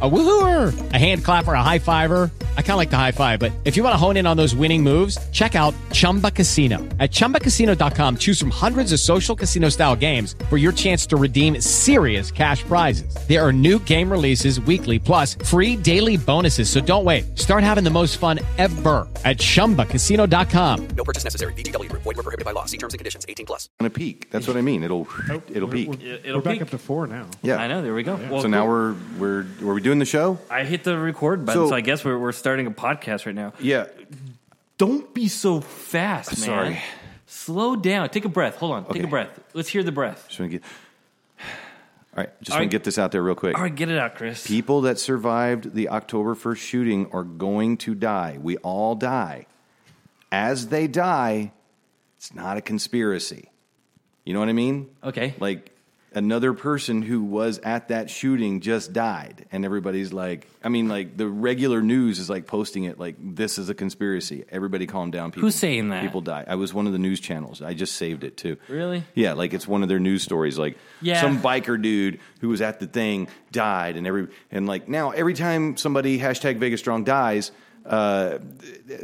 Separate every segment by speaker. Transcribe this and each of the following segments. Speaker 1: A woohooer, a hand clapper, a high fiver. I kind of like the high five, but if you want to hone in on those winning moves, check out Chumba Casino. At chumbacasino.com, choose from hundreds of social casino style games for your chance to redeem serious cash prizes. There are new game releases weekly, plus free daily bonuses. So don't wait. Start having the most fun ever at chumbacasino.com.
Speaker 2: No purchase necessary. VGW Group. Void were prohibited by law. See terms and conditions. 18 plus.
Speaker 3: going to peak. That's what I mean. It'll it'll peak.
Speaker 4: It'll
Speaker 5: we're back
Speaker 4: peak.
Speaker 5: up to four now.
Speaker 3: yeah.
Speaker 4: I know. There we go. Well,
Speaker 3: So now
Speaker 4: cool.
Speaker 3: we're we're were we doing the show?
Speaker 4: I hit the record button,
Speaker 3: So-
Speaker 4: so, I guess we're, we're starting a podcast right now.
Speaker 3: Yeah.
Speaker 4: Don't be so fast, man.
Speaker 3: Sorry.
Speaker 4: Slow down. Take a breath. Hold on. Take
Speaker 3: Okay.
Speaker 4: a breath. Let's hear the breath.
Speaker 3: Just want to get. All right. Just
Speaker 4: All
Speaker 3: want
Speaker 4: right.
Speaker 3: to get this out there real quick.
Speaker 4: All right, get it out, Chris.
Speaker 3: People that survived the October 1st shooting are going to die. We all die. As they die, it's not a conspiracy. You know what I mean?
Speaker 4: Okay.
Speaker 3: Like another person who was at that shooting just died and everybody's like I mean like the regular news is like posting it like this is a conspiracy. Everybody calm down people.
Speaker 4: Who's saying that?
Speaker 3: People die. I was one of the news channels. I just saved it too.
Speaker 4: Really?
Speaker 3: Yeah, like it's one of their news stories like
Speaker 4: Yeah.
Speaker 3: some biker dude who was at the thing died, and every and like now every time somebody hashtag Vegas Strong dies uh,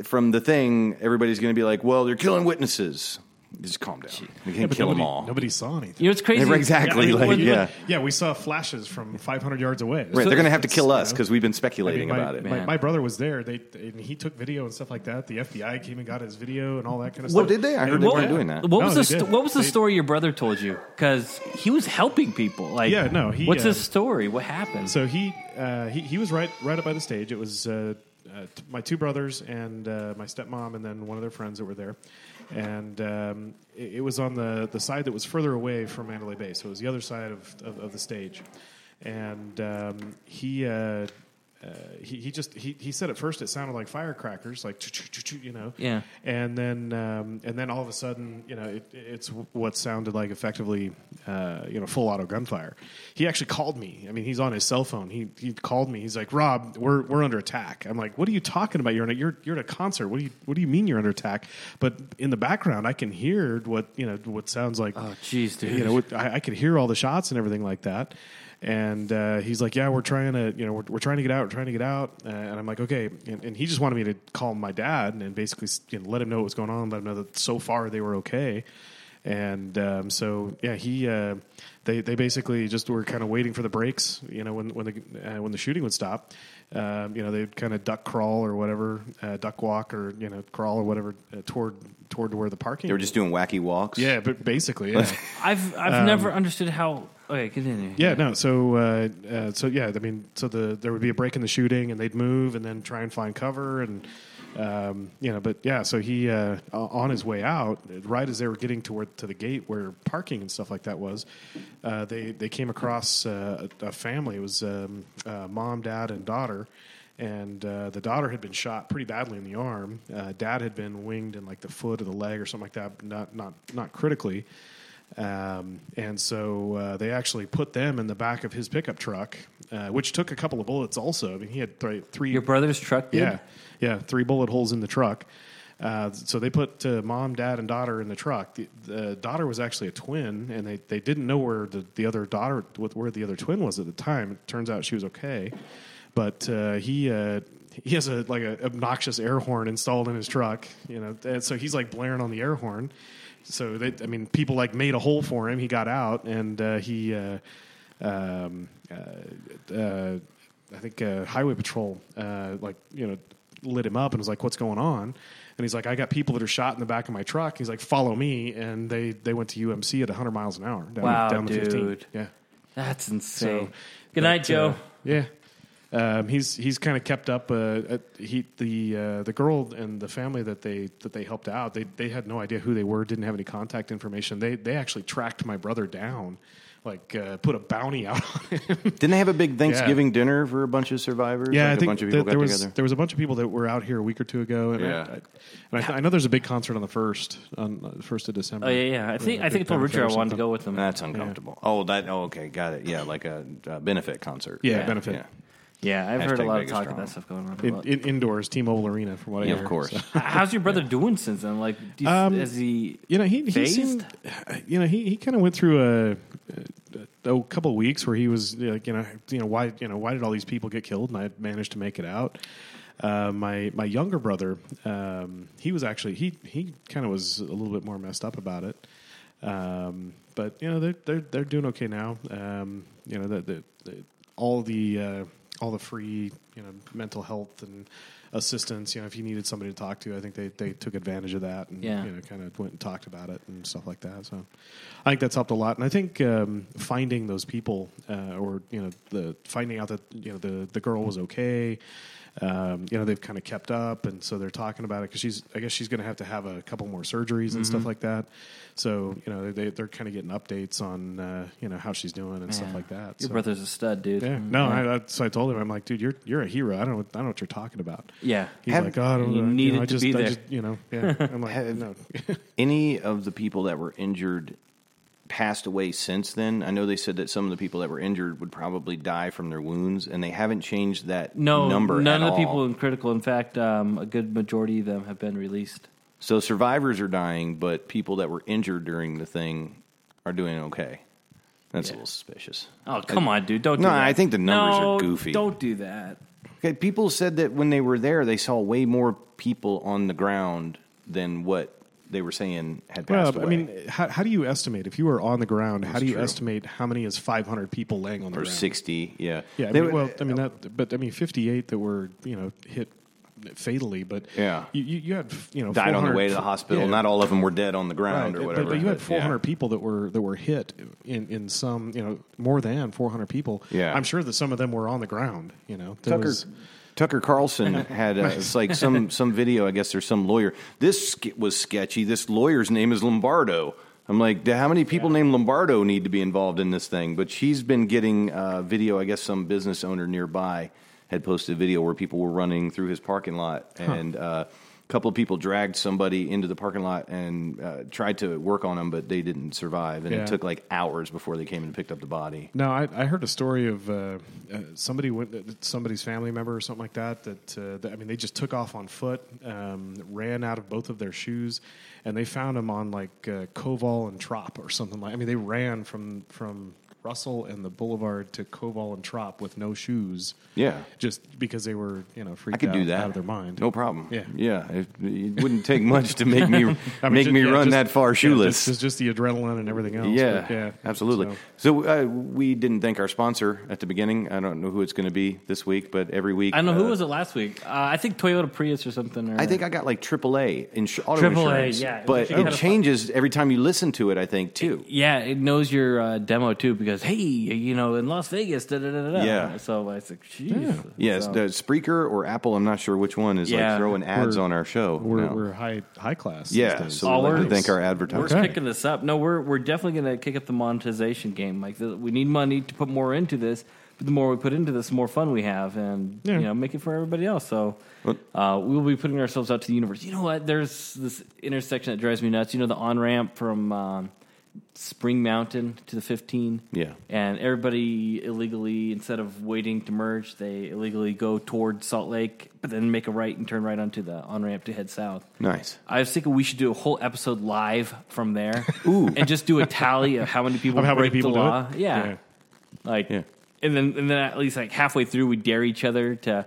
Speaker 3: from the thing, everybody's going to be like, well, they're killing witnesses. Just calm down. We can't
Speaker 5: but
Speaker 3: kill
Speaker 5: nobody,
Speaker 3: them all.
Speaker 5: Nobody saw anything.
Speaker 4: you know what's crazy?
Speaker 3: exactly.
Speaker 5: Yeah, I mean,
Speaker 3: like,
Speaker 5: when-
Speaker 3: yeah.
Speaker 5: yeah, we saw flashes from 500 yards away.
Speaker 3: Right, they're going to have to
Speaker 5: It's,
Speaker 3: kill
Speaker 5: you
Speaker 3: us
Speaker 5: know,
Speaker 3: because we've
Speaker 5: I
Speaker 3: been
Speaker 5: mean,
Speaker 3: speculating
Speaker 5: my,
Speaker 3: about it.
Speaker 5: My, my brother was there. They and he took video and stuff like that. The FBI came and got his video and all that kind of
Speaker 3: What
Speaker 5: stuff.
Speaker 3: did they? I heard
Speaker 5: And
Speaker 3: they
Speaker 5: yeah.
Speaker 3: weren't doing that.
Speaker 4: What
Speaker 5: No,
Speaker 4: was
Speaker 5: they
Speaker 4: the st-
Speaker 5: did.
Speaker 4: What was the
Speaker 5: They-
Speaker 4: story your brother told you? Because he was helping people. Like,
Speaker 5: Yeah, no, he,
Speaker 4: what's
Speaker 5: uh,
Speaker 4: his story? What happened?
Speaker 5: So he uh, he he was right right up by the stage. It was uh, uh, t- my two brothers and uh, my stepmom, and then one of their friends that were there. And um, it, it was on the the side that was further away from Mandalay Bay, so it was the other side of of, of the stage. And um, he. Uh, uh, he, he just he, he said at first it sounded like firecrackers like "Chu-chu-chu-chu," you know
Speaker 4: Yeah.
Speaker 5: and then um, and then all of a sudden, you know, it, it's what sounded like effectively, uh, you know, full auto gunfire. He actually called me. I mean, he's on his cell phone. He he called me. He's like, Rob, we're we're under attack. I'm like, what are you talking about? You're in a, you're you're at a concert. What do you what do you mean you're under attack? But in the background, I can hear what you know what sounds like.
Speaker 4: Oh, jeez, dude.
Speaker 5: You know, with, I, I could hear all the shots and everything like that. And uh, he's like, "Yeah, we're trying to, you know, we're, we're trying to get out, we're trying to get out." Uh, and I'm like, "Okay." And, and he just wanted me to call my dad and basically you know, let him know what was going on, let him know that so far they were okay. And um, so, yeah, he, uh, they, they basically just were kind of waiting for the breaks, you know, when when the uh, when the shooting would stop. Um, you know, they'd kind of duck crawl or whatever, uh, duck walk or you know, crawl or whatever uh, toward toward where the parking.
Speaker 3: They were just doing wacky walks.
Speaker 5: yeah, but basically, yeah.
Speaker 4: I've I've never understood how. Okay, continue.
Speaker 5: um, Yeah, no. So, uh, uh, so yeah, I mean, so the there would be a break in the shooting, and they'd move, and then try and find cover, and um, you know, but yeah. So he uh, o- on his way out, right as they were getting toward to the gate where parking and stuff like that was, uh, they they came across uh, a a family. It was um, uh, mom, dad, and daughter. And uh, the daughter had been shot pretty badly in the arm. Uh, dad had been winged in like the foot or the leg or something like that, but not not not critically. Um, and so uh, they actually put them in the back of his pickup truck, uh, which took a couple of bullets. Also, I mean, he had three, three
Speaker 4: Your brother's truck. Dude?
Speaker 5: yeah, yeah, three bullet holes in the truck. Uh, so they put uh, mom, dad, and daughter in the truck. The, the daughter was actually a twin, and they, they didn't know where the, the other daughter what- where the other twin was at the time. It turns out she was okay, but uh, he uh, he has a like an obnoxious air horn installed in his truck, you know, and so he's like blaring on the air horn. So they, I mean, people like made a hole for him. He got out, and uh, he. Uh, um, uh, uh, I think uh, Highway Patrol, uh, like you know, lit him up and was like, "What's going on?" And he's like, "I got people that are shot in the back of my truck." He's like, "Follow me," and they they went to UMC at 100 miles an hour down,
Speaker 4: Wow,
Speaker 5: down the 15.
Speaker 4: dude.
Speaker 5: Yeah,
Speaker 4: That's
Speaker 5: So,
Speaker 4: insane. Good night,
Speaker 5: but,
Speaker 4: Joe.
Speaker 5: uh, yeah, um, he's he's kind of kept up. Uh, uh, he the uh, the girl and the family that they that they helped out. They they had no idea who they were. Didn't have any contact information. They they actually tracked my brother down, like uh, put a bounty out on him.
Speaker 3: Didn't they have a big Thanksgiving dinner for a bunch of survivors?
Speaker 5: Yeah,
Speaker 3: like
Speaker 5: I think
Speaker 3: a bunch of
Speaker 5: that
Speaker 3: people got
Speaker 5: there was
Speaker 3: together.
Speaker 5: there was a bunch of people that were out here a week or two ago, and
Speaker 3: Yeah.
Speaker 5: I, I, and I, th- I know there's a big concert on the first on the first of December.
Speaker 4: Oh yeah, yeah. I think
Speaker 5: Uh,
Speaker 4: I think I
Speaker 5: big
Speaker 4: told
Speaker 5: benefit
Speaker 4: Richard
Speaker 5: or
Speaker 4: I wanted to
Speaker 5: something.
Speaker 4: go with him.
Speaker 3: That's uncomfortable. Oh, that. Oh, okay, got it. Yeah, like a, uh benefit concert.
Speaker 5: Yeah, benefit.
Speaker 3: yeah.
Speaker 4: Yeah, I've heard a
Speaker 3: Hashtag
Speaker 4: lot of
Speaker 3: Vegas
Speaker 4: talk
Speaker 3: strong.
Speaker 4: of that stuff going around. a
Speaker 5: In,
Speaker 4: lot.
Speaker 5: in, indoors, T-Mobile Arena, from what I
Speaker 3: Yeah,
Speaker 5: hear.
Speaker 3: of course.
Speaker 5: So-
Speaker 4: How's your brother doing since then? Like, do you,
Speaker 5: Um,
Speaker 4: is he?
Speaker 5: You know, he, he
Speaker 4: phased?
Speaker 5: seemed, you know, he, he kind of went through a, a, a couple of weeks where he was like, you know, you know, why, you know, why did all these people get killed? And I managed to make it out. Uh, my my younger brother, um, he was actually he he kind of was a little bit more messed up about it. Um, but you know, they're they're they're doing okay now. Um, you know, the, the, the all the uh, all the free you know mental health and assistance. You know, if you needed somebody to talk to, I think they they took advantage of that. And,
Speaker 4: Yeah.
Speaker 5: You know, kind of went and talked about it and stuff like that. So I think that's helped a lot. And I think um, finding those people uh, or, you know, the finding out that, you know, the, the girl was okay, um, you know, they've kind of kept up. And so they're talking about it because she's, I guess she's going to have to have a couple more surgeries and
Speaker 4: Mm-hmm.
Speaker 5: stuff like that. So, you know, they, they're kind of getting updates on, uh, you know, how she's doing and stuff
Speaker 4: Yeah.
Speaker 5: like that. So-
Speaker 4: Your brother's a stud, dude. Mm.
Speaker 5: Yeah. No, I, I, so I told him, I'm like, dude, you're, you're a hero. I don't, know- I don't know what you're talking about.
Speaker 4: Yeah.
Speaker 5: He's
Speaker 3: Have-
Speaker 5: like, oh, I don't
Speaker 4: You
Speaker 5: know.
Speaker 4: needed
Speaker 5: you know, I
Speaker 4: to
Speaker 5: just,
Speaker 4: be
Speaker 5: I
Speaker 4: there.
Speaker 5: just, you know, yeah. I'm like, no.
Speaker 3: Any of the people that were injured passed away since then. I know they said that some of the people that were injured would probably die from their wounds, and they haven't changed that
Speaker 4: No,
Speaker 3: number.
Speaker 4: none
Speaker 3: at
Speaker 4: of the
Speaker 3: all.
Speaker 4: people in critical. In fact, um, a good majority of them have been released.
Speaker 3: So survivors are dying, but people that were injured during the thing are doing okay. That's a little suspicious.
Speaker 4: Oh come on, dude! Don't.
Speaker 3: No,
Speaker 4: do that.
Speaker 3: I think the numbers are
Speaker 4: No,
Speaker 3: goofy.
Speaker 4: Don't do that.
Speaker 3: Okay, people said that when they were there, they saw way more people on the ground than what they were saying had passed
Speaker 5: Well, I
Speaker 3: away.
Speaker 5: mean, uh, how, how do you estimate if you were on the ground? How do you
Speaker 3: true.
Speaker 5: estimate how many is 500 people laying on the
Speaker 3: or
Speaker 5: ground?
Speaker 3: sixty, yeah,
Speaker 5: Yeah, I
Speaker 3: They uh,
Speaker 5: mean,
Speaker 3: were-
Speaker 5: well, I mean that, but I mean 58 that were you know hit fatally, but
Speaker 3: Yeah.
Speaker 5: you, you, you had you know
Speaker 3: died on the
Speaker 5: 400
Speaker 3: way to the hospital.
Speaker 5: yeah,
Speaker 3: Not all of them were dead on the
Speaker 5: right,
Speaker 3: ground
Speaker 5: but-
Speaker 3: or whatever.
Speaker 5: But you had
Speaker 3: yeah.
Speaker 5: 400 people that were that were hit in in some you know more than 400 people.
Speaker 3: Yeah.
Speaker 5: I'm sure that some of them were on the ground. You know, There
Speaker 3: Tucker
Speaker 5: was-
Speaker 3: Tucker Carlson had uh it's like some some video. I guess there's some lawyer. This sk- was sketchy. This lawyer's name is Lombardo. I'm like, how many people named Lombardo need to be involved in this thing? But she's been getting uh, video. I guess some business owner nearby had posted a video where people were running through his parking lot and. Uh, a couple of people dragged somebody into the parking lot and uh, tried to work on him, but they didn't survive. And
Speaker 5: Yeah.
Speaker 3: it took like hours before they came and picked up the body.
Speaker 5: No, I, I heard a story of uh, uh, somebody went, somebody's family member or something like that. That, uh, that I mean, they just took off on foot, um, ran out of both of their shoes, and they found them on like uh, Koval and Trop or something like. I mean, they ran from from Russell and the Boulevard to Koval and Trop with no shoes.
Speaker 3: Yeah.
Speaker 5: just because they were you know freaked
Speaker 3: I could
Speaker 5: out,
Speaker 3: do that
Speaker 5: out of their mind.
Speaker 3: No problem.
Speaker 5: Yeah.
Speaker 3: yeah. It, it wouldn't take much to make me
Speaker 5: I mean,
Speaker 3: make
Speaker 5: ju-
Speaker 3: me
Speaker 5: yeah,
Speaker 3: run
Speaker 5: just-
Speaker 3: that far
Speaker 5: yeah,
Speaker 3: shoeless.
Speaker 5: just, just, just the adrenaline and everything else.
Speaker 3: yeah,
Speaker 5: but yeah,
Speaker 3: absolutely.
Speaker 5: So-
Speaker 3: So, uh, we didn't thank our sponsor at the beginning. I don't know who it's going to be this week, but every week
Speaker 4: I don't know who
Speaker 3: uh,
Speaker 4: was it last week. Uh, I think Toyota Prius or something. Or,
Speaker 3: I think I got like AAA ins- auto
Speaker 4: AAA,
Speaker 3: insurance.
Speaker 4: yeah.
Speaker 3: but
Speaker 4: You
Speaker 3: it
Speaker 4: gotta-
Speaker 3: changes every time you listen to it. I think too.
Speaker 4: Yeah, it knows your uh, demo too because hey, you know, in Las Vegas, da da da da.
Speaker 3: Yeah.
Speaker 4: So I was like, jeez.
Speaker 3: Yes,
Speaker 4: So-
Speaker 3: the Spreaker or Apple. I'm not sure which one is
Speaker 4: Yeah.
Speaker 3: like throwing ads
Speaker 5: We're-
Speaker 3: on our show.
Speaker 5: We're,
Speaker 3: now.
Speaker 5: we're high high class. these
Speaker 3: yeah,
Speaker 5: days.
Speaker 3: so we'd like to
Speaker 4: Ours-
Speaker 3: thank our advertisers.
Speaker 4: We're
Speaker 5: Okay.
Speaker 4: picking this up. No, we're we're definitely going to kick up the monetization game. Like the, we need money to put more into this, but the more we put into this, the more fun we have, and
Speaker 5: Yeah.
Speaker 4: you know, make it for everybody else. So uh, we will be putting ourselves out to the universe. You know what? There's this intersection that drives me nuts. You know, the on ramp from. Um, Spring Mountain to the 15.
Speaker 3: Yeah.
Speaker 4: And everybody illegally, instead of waiting to merge, they illegally go toward Salt Lake, but then make a right and turn right onto the on ramp to head south.
Speaker 3: Nice.
Speaker 4: I was thinking we should do a whole episode live from there, and just do a tally of how many people
Speaker 5: Of how many
Speaker 4: break
Speaker 5: people
Speaker 4: the
Speaker 5: do
Speaker 4: law.
Speaker 5: it?
Speaker 4: Yeah.
Speaker 5: Yeah.
Speaker 4: like
Speaker 3: Yeah.
Speaker 4: and then and then at least like halfway through, we dare each other to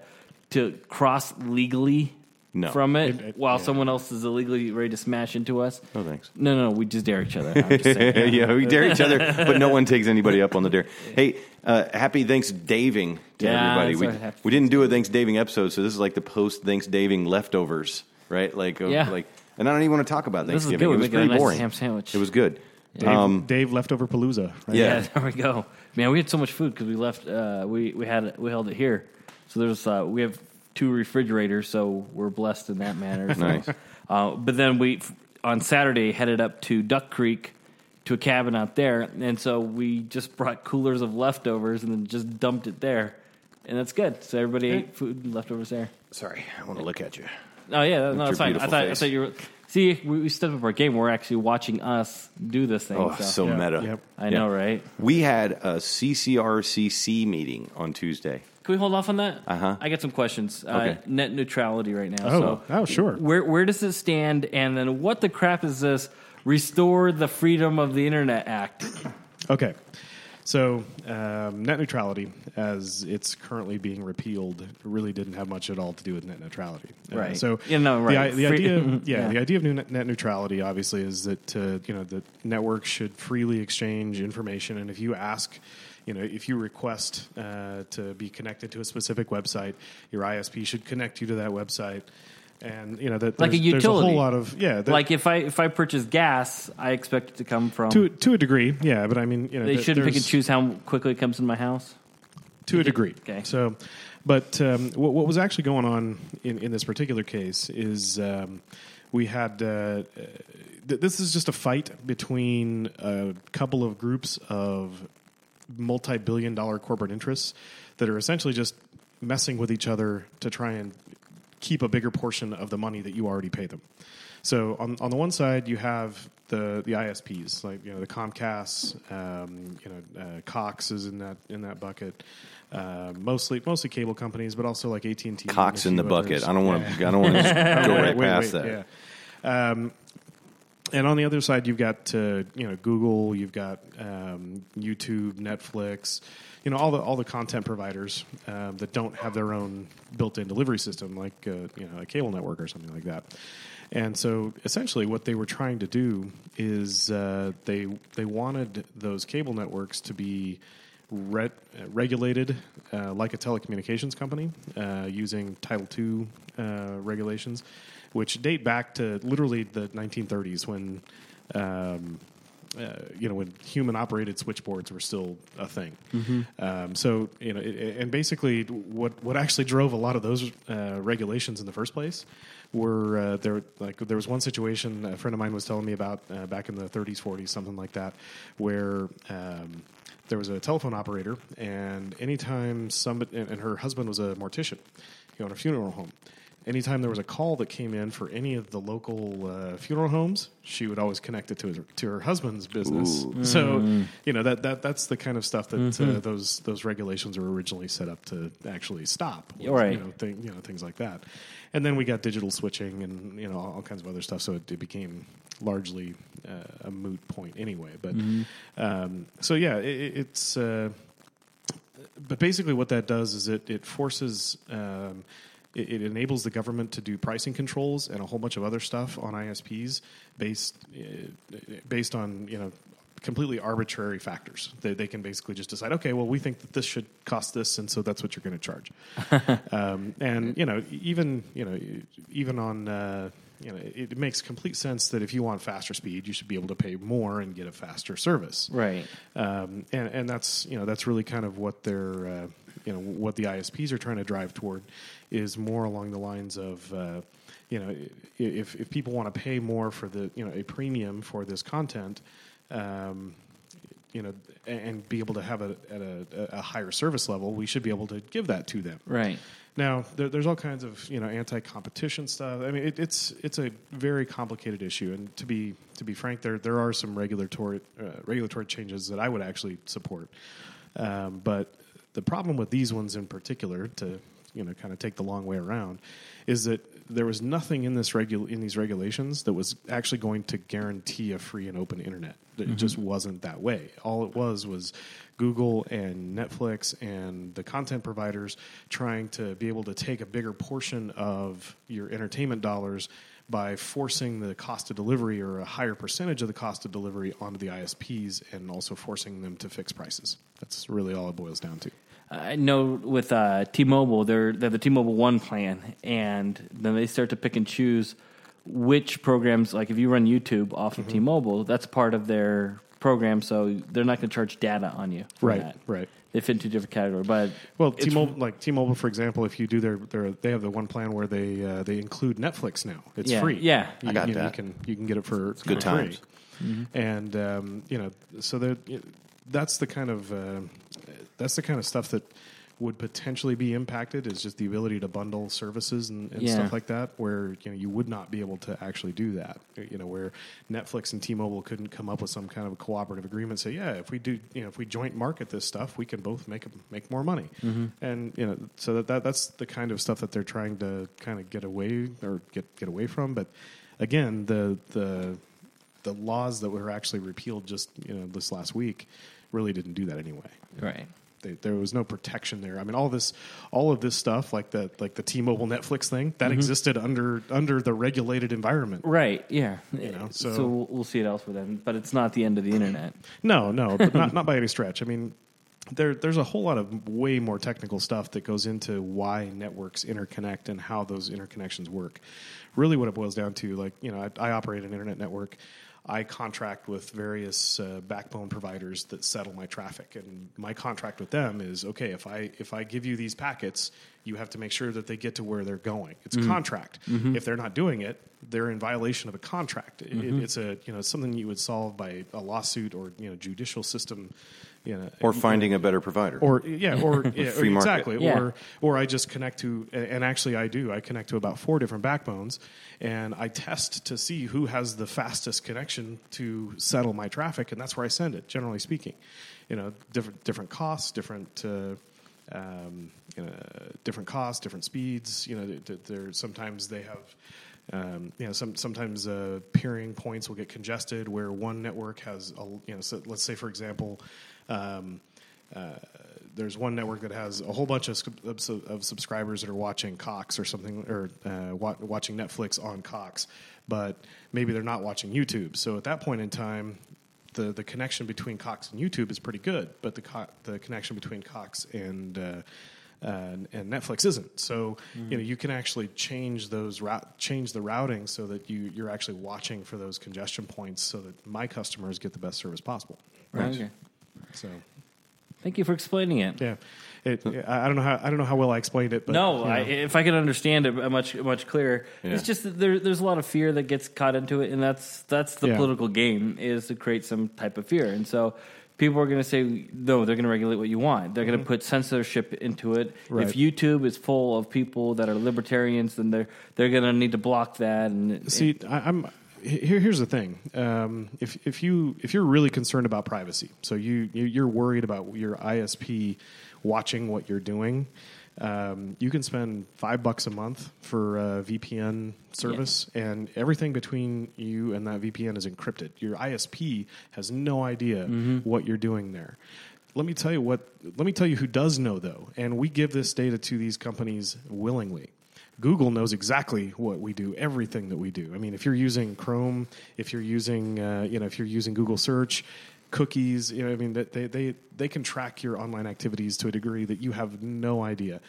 Speaker 4: to cross legally
Speaker 3: No.
Speaker 4: from it,
Speaker 5: It- it-
Speaker 4: while
Speaker 5: yeah.
Speaker 4: someone else is illegally ready to smash into us.
Speaker 3: No thanks.
Speaker 4: No, no, we just dare each other. I'm just saying.
Speaker 3: yeah, we dare each other, but no one takes anybody up on the dare. Hey, uh, happy Thanksgiving to
Speaker 4: Yeah,
Speaker 3: everybody.
Speaker 4: that's
Speaker 3: We,
Speaker 4: right, happy
Speaker 3: we didn't do a Thanksgiving episode, so this is like the post Thanksgiving leftovers, right? Like, of-
Speaker 4: Yeah.
Speaker 3: like, and I don't even want to talk about
Speaker 4: This is
Speaker 3: Thanksgiving.
Speaker 4: good. We
Speaker 3: It was
Speaker 4: make a
Speaker 3: pretty
Speaker 4: nice
Speaker 3: boring.
Speaker 4: ham sandwich.
Speaker 3: It was good.
Speaker 5: Dave, Dave leftover Palooza. Right?
Speaker 3: Um, Yeah.
Speaker 4: Yeah, there we go. Man, we had so much food because we left. Uh, we we had we held it here. So there's uh, we have two refrigerators, so we're blessed in that manner. So,
Speaker 3: Nice.
Speaker 4: Uh, but then we f- on Saturday headed up to Duck Creek to a cabin out there, and so we just brought coolers of leftovers and then just dumped it there, and that's good. So everybody ate food and leftovers there.
Speaker 3: Sorry, I want to look at you.
Speaker 4: Oh yeah, no,
Speaker 3: your
Speaker 4: it's fine. I
Speaker 3: beautiful
Speaker 4: thought I
Speaker 3: face.
Speaker 4: thought you were. See, we, we stepped up our game. We're actually watching us do this thing.
Speaker 3: Oh, so
Speaker 5: Yeah,
Speaker 3: meta.
Speaker 5: yep.
Speaker 4: I know, right?
Speaker 3: We had a CCRCC meeting on Tuesday.
Speaker 4: Can we hold off on that?
Speaker 3: Uh-huh.
Speaker 4: I got some questions.
Speaker 3: Okay.
Speaker 4: Uh, net neutrality right now.
Speaker 5: Oh,
Speaker 4: so
Speaker 5: oh, sure.
Speaker 4: Where where does it stand? And then what the crap is this? Restore the Freedom of the Internet Act.
Speaker 5: Okay. So, um, net neutrality, as it's currently being repealed, really didn't have much at all to do with net neutrality. Uh,
Speaker 4: Right.
Speaker 5: so,
Speaker 4: Yeah, no, right.
Speaker 5: the, i- the
Speaker 4: Free-
Speaker 5: idea, yeah,
Speaker 4: Yeah.
Speaker 5: the idea of new net, net neutrality obviously is that uh, you know the networks should freely exchange information, and if you ask, you know, if you request uh, to be connected to a specific website, your ISP should connect you to that website, and you know that
Speaker 4: Like a
Speaker 5: there's- There's a
Speaker 4: utility.
Speaker 5: whole lot of yeah, that-
Speaker 4: Like if I if I purchase gas, I expect it to come from.
Speaker 5: to to a degree, yeah, but I mean, you know,
Speaker 4: um, they
Speaker 5: that
Speaker 4: shouldn't pick and
Speaker 5: there's-
Speaker 4: choose how quickly it comes in my house.
Speaker 5: to a degree.
Speaker 4: Okay.
Speaker 5: So, but um, what, what was actually going on in, in this particular case is um, we had uh, uh, th- this is just a fight between a couple of groups of multi-billion-dollar corporate interests that are essentially just messing with each other to try and keep a bigger portion of the money that you already pay them. So on, on the one side, you have the, the ISPs, like you know the Comcast, um, you know uh, Cox is in that in that bucket. Uh, mostly mostly cable companies, but also like AT and T.
Speaker 3: Cox in the bucket. I don't want to. I don't want to go right past that.
Speaker 5: Yeah. Um, and on the other side, you've got uh, you know Google, you've got um, YouTube, Netflix, you know all the all the content providers um, that don't have their own built-in delivery system, like uh, you know a cable network or something like that. And so, essentially, what they were trying to do is uh, they they wanted those cable networks to be re- uh, regulated uh, like a telecommunications company uh, using Title II uh, regulations, which date back to literally the 1930s when, um, uh, you know, when human-operated switchboards were still a thing. Um, so, you know, it, and basically, what what actually drove a lot of those uh, regulations in the first place were uh, there like there was one situation a friend of mine was telling me about uh, back in the 30s, 40s, something like that, where um, there was a telephone operator, and anytime somebody and and her husband was a mortician, you know, in a funeral home. Anytime there was a call that came in for any of the local uh, funeral homes, she would always connect it to her, to her husband's business. So,
Speaker 4: Mm-hmm.
Speaker 5: you know that, that that's the kind of stuff that uh, those those regulations were originally set up to actually stop.
Speaker 4: Yeah, right.
Speaker 5: You know, thing, you know, things like that. And then we got digital switching and you know all, all kinds of other stuff. So it, it became largely uh, a moot point anyway. But
Speaker 4: Mm-hmm.
Speaker 5: um, so yeah, it, it- it's. Uh, but basically, what that does is it it forces. Um, it it enables the government to do pricing controls and a whole bunch of other stuff on ISPs based uh, based on you know completely arbitrary factors. They, they can basically just decide, okay, well, we think that this should cost this, and so that's what you're going to charge. um, and you know, even you know, even on uh, you know, it it makes complete sense that if you want faster speed, you should be able to pay more and get a faster service
Speaker 4: Right.
Speaker 5: um, and and that's you know that's really kind of what they're uh, you know what the ISPs are trying to drive toward is more along the lines of uh, you know i- if if people want to pay more for the you know a premium for this content. Um, you know, a- and be able to have it at a, a higher service level. We should be able to give that to them.
Speaker 4: Right.
Speaker 5: Now, there, there's all kinds of you know anti-competition stuff. I mean, it, it's it's a very complicated issue, and to be to be frank, there there are some regulatory uh, regulatory changes that I would actually support. Um, but the problem with these ones in particular, to you know, kind of take the long way around, is that there was nothing in this regu- in these regulations that was actually going to guarantee a free and open internet. It just wasn't that way. All it was was Google and Netflix and the content providers trying to be able to take a bigger portion of your entertainment dollars by forcing the cost of delivery or a higher percentage of the cost of delivery onto the ISPs and also forcing them to fix prices. That's really all it boils down to.
Speaker 4: I know with uh, T-Mobile, they're they're the T-Mobile One plan, and then they start to pick and choose which programs. Like if you run YouTube off
Speaker 5: Mm-hmm.
Speaker 4: of T-Mobile, that's part of their program, so they're not going to charge data on you. for
Speaker 5: Right,
Speaker 4: that.
Speaker 5: right.
Speaker 4: They fit into a different category, but
Speaker 5: Well,
Speaker 4: it's-
Speaker 5: T-Mobile, like T-Mobile, for example, if you do their, their they have the one plan where they uh, they include Netflix now. It's
Speaker 4: Yeah,
Speaker 5: free.
Speaker 4: yeah. Mm-hmm.
Speaker 5: you,
Speaker 3: I got
Speaker 5: you, you
Speaker 3: that.
Speaker 5: can you can get it for for
Speaker 3: good times.
Speaker 5: free. And um, you know, so there, that's the kind of uh, that's the kind of stuff that would potentially be impacted is just the ability to bundle services and, and
Speaker 4: Yeah.
Speaker 5: stuff like that, where you know you would not be able to actually do that. You know, where Netflix and T-Mobile couldn't come up with some kind of a cooperative agreement. Say, yeah, if we do, you know, if we joint market this stuff, we can both make make more money. And you know, so that, that that's the kind of stuff that they're trying to kind of get away or get get away from. But again, the the the laws that were actually repealed just you know this last week really didn't do that anyway.
Speaker 4: Right.
Speaker 5: They, there was no protection there. I mean, all this, all of this stuff, like the like the T-Mobile Netflix thing, that existed under under the regulated environment.
Speaker 4: Right. Yeah.
Speaker 5: know,
Speaker 4: so
Speaker 5: so-
Speaker 4: we'll, we'll see it elsewhere then, but it's not the end of the internet.
Speaker 5: No, no, but not not by any stretch. I mean, there there's a whole lot of way more technical stuff that goes into why networks interconnect and how those interconnections work. Really, what it boils down to, like you know, I, I operate an internet network. I contract with various uh, backbone providers that settle my traffic, and my contract with them is okay. If I if I give you these packets, you have to make sure that they get to where they're going. It's a contract. If they're not doing it, they're in violation of a contract. It, it- it's a you know it's something you would solve by a lawsuit or you know judicial system, you know,
Speaker 3: or finding a better provider.
Speaker 5: or yeah, or yeah,
Speaker 3: free market.
Speaker 5: exactly,
Speaker 4: Yeah.
Speaker 5: or or I just connect to, and actually I do. I connect to about four different backbones, and I test to see who has the fastest connection to settle my traffic, and that's where I send it. Generally speaking, you know, different different costs, different. Uh, um, you know, different costs, different speeds. You know, th- th- there sometimes they have, um, you know, some sometimes uh, peering points will get congested where one network has, a, you know, so let's say for example, um, there's one network that has a whole bunch of, sub- of, sub- of subscribers that are watching Cox or something, or uh, wa- watching Netflix on Cox, but maybe they're not watching YouTube. So at that point in time, the, the connection between Cox and YouTube is pretty good, but the co- the connection between Cox and uh, and, and Netflix isn't. So you know you can actually change those route change the routing so that you you're actually watching for those congestion points so that my customers get the best service possible.
Speaker 4: Right. Okay.
Speaker 5: So.
Speaker 4: Thank you for explaining it.
Speaker 5: Yeah, it, I I don't know how I don't know how well I explained it, but you
Speaker 4: no, I,
Speaker 5: know.
Speaker 4: if I could understand it uh, much much clearer, it's just that there, there's a lot of fear that gets caught into it, and that's that's the
Speaker 5: Yeah.
Speaker 4: political game is to create some type of fear, and so people are going to say no, they're going to regulate what you want. They're going to put censorship into it.
Speaker 5: Mm-hmm. Right.
Speaker 4: If YouTube is full of people that are libertarians, then they're they're going to need to block that. And
Speaker 5: see, I, I'm here. Here's the thing: um, if if you if you're really concerned about privacy, so you, you you're worried about your ISP watching what you're doing. Um, you can spend five bucks a month for a VPN service, and everything between you and that VPN is encrypted. Your ISP has no idea
Speaker 4: Mm-hmm.
Speaker 5: what you're doing there. Let me tell you what. Let me tell you who does know though, and we give this data to these companies willingly. Google knows exactly what we do, everything that we do. I mean, if you're using Chrome, if you're using, uh, you know, if you're using Google Search, cookies, you know, I mean, that they they they can track your online activities to a degree that you have no idea.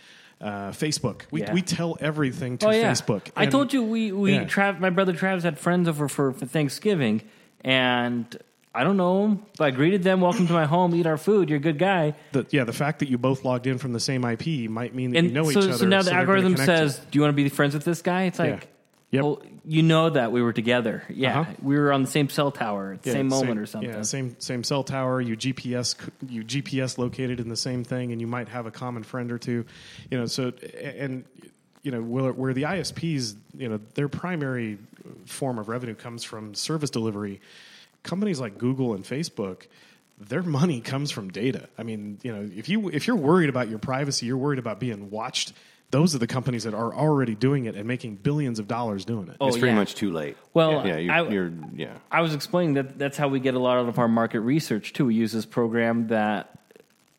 Speaker 5: Uh, Facebook, we
Speaker 4: Yeah. Oh,
Speaker 5: we tell everything to Facebook.
Speaker 4: I
Speaker 5: And-
Speaker 4: told you we we
Speaker 5: Yeah.
Speaker 4: Trav, my brother Travis had friends over for, for Thanksgiving, and I don't know 'em, but I greeted them, welcome to my home, eat our food. You're a good guy.
Speaker 5: the, yeah, the fact that you both logged in from the same IP might mean that
Speaker 4: and
Speaker 5: you know
Speaker 4: so,
Speaker 5: each other.
Speaker 4: So now the
Speaker 5: they're gonna
Speaker 4: algorithm
Speaker 5: connect you.
Speaker 4: says, "Do you want to be friends with this guy?" It's like,
Speaker 5: Yep.
Speaker 4: well, you know that we were together. Yeah,
Speaker 5: Uh-huh.
Speaker 4: we were on the same cell tower at the
Speaker 5: Yeah,
Speaker 4: same moment or something.
Speaker 5: Yeah, same same cell tower. You GPS c- you GPS located in the same thing, and you might have a common friend or two. You know, so and you know where, where the ISPs, you know, their primary form of revenue comes from service delivery. Companies like Google and Facebook. Their money comes from data. I mean, you know, if you if you're worried about your privacy, you're worried about being watched. Those are the companies that are already doing it and making billions of dollars doing it.
Speaker 4: Oh,
Speaker 5: Oh,
Speaker 3: it's pretty
Speaker 4: yeah.
Speaker 3: much too late.
Speaker 4: Well,
Speaker 3: yeah, you're,
Speaker 4: I-
Speaker 3: you're yeah.
Speaker 4: I was explaining that that's how we get a lot of our market research too. We use this program that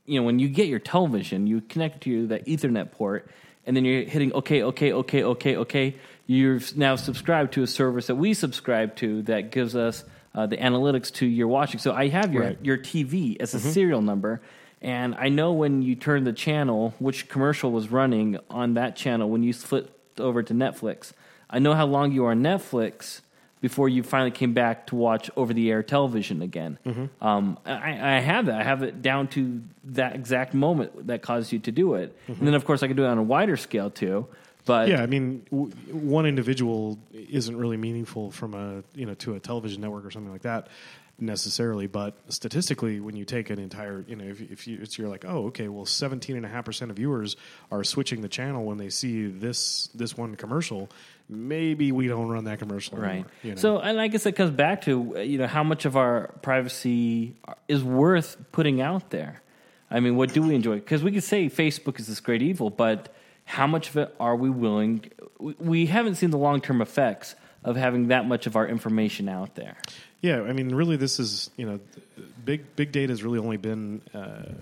Speaker 4: you know when you get your television, you connect it to that Ethernet port, and then you're hitting okay, okay, okay, okay, okay. You've now subscribed to a service that we subscribe to that gives us uh, the analytics to your watching. So I have your
Speaker 5: Right.
Speaker 4: your TV as a serial number. And I know when you turn the channel, which commercial was running on that channel when you flipped over to Netflix. I know how long you are on Netflix before you finally came back to watch over the air television again.
Speaker 5: Mm-hmm.
Speaker 4: Um, I, I have that. I have it down to that exact moment that caused you to do it. And then, of course, I can do it on a wider scale too. But
Speaker 5: Mm-hmm. yeah i mean w- one individual isn't really meaningful from a you know to a television network or something like that necessarily, but statistically, when you take an entire, you know, if, if you, it's, you're like, oh, okay, well, 17.5% of viewers are switching the channel when they see this, this one commercial, maybe we don't run that commercial
Speaker 4: right.
Speaker 5: anymore, you know?
Speaker 4: So, and I guess it comes back to uh, you know how much of our privacy is worth putting out there. I mean, what do we enjoy? Because we could say Facebook is this great evil, but how much of it are we willing? we- We haven't seen the long term effects of having that much of our information out there.
Speaker 5: Yeah, I mean, really, this is you know, big big data has really only been uh,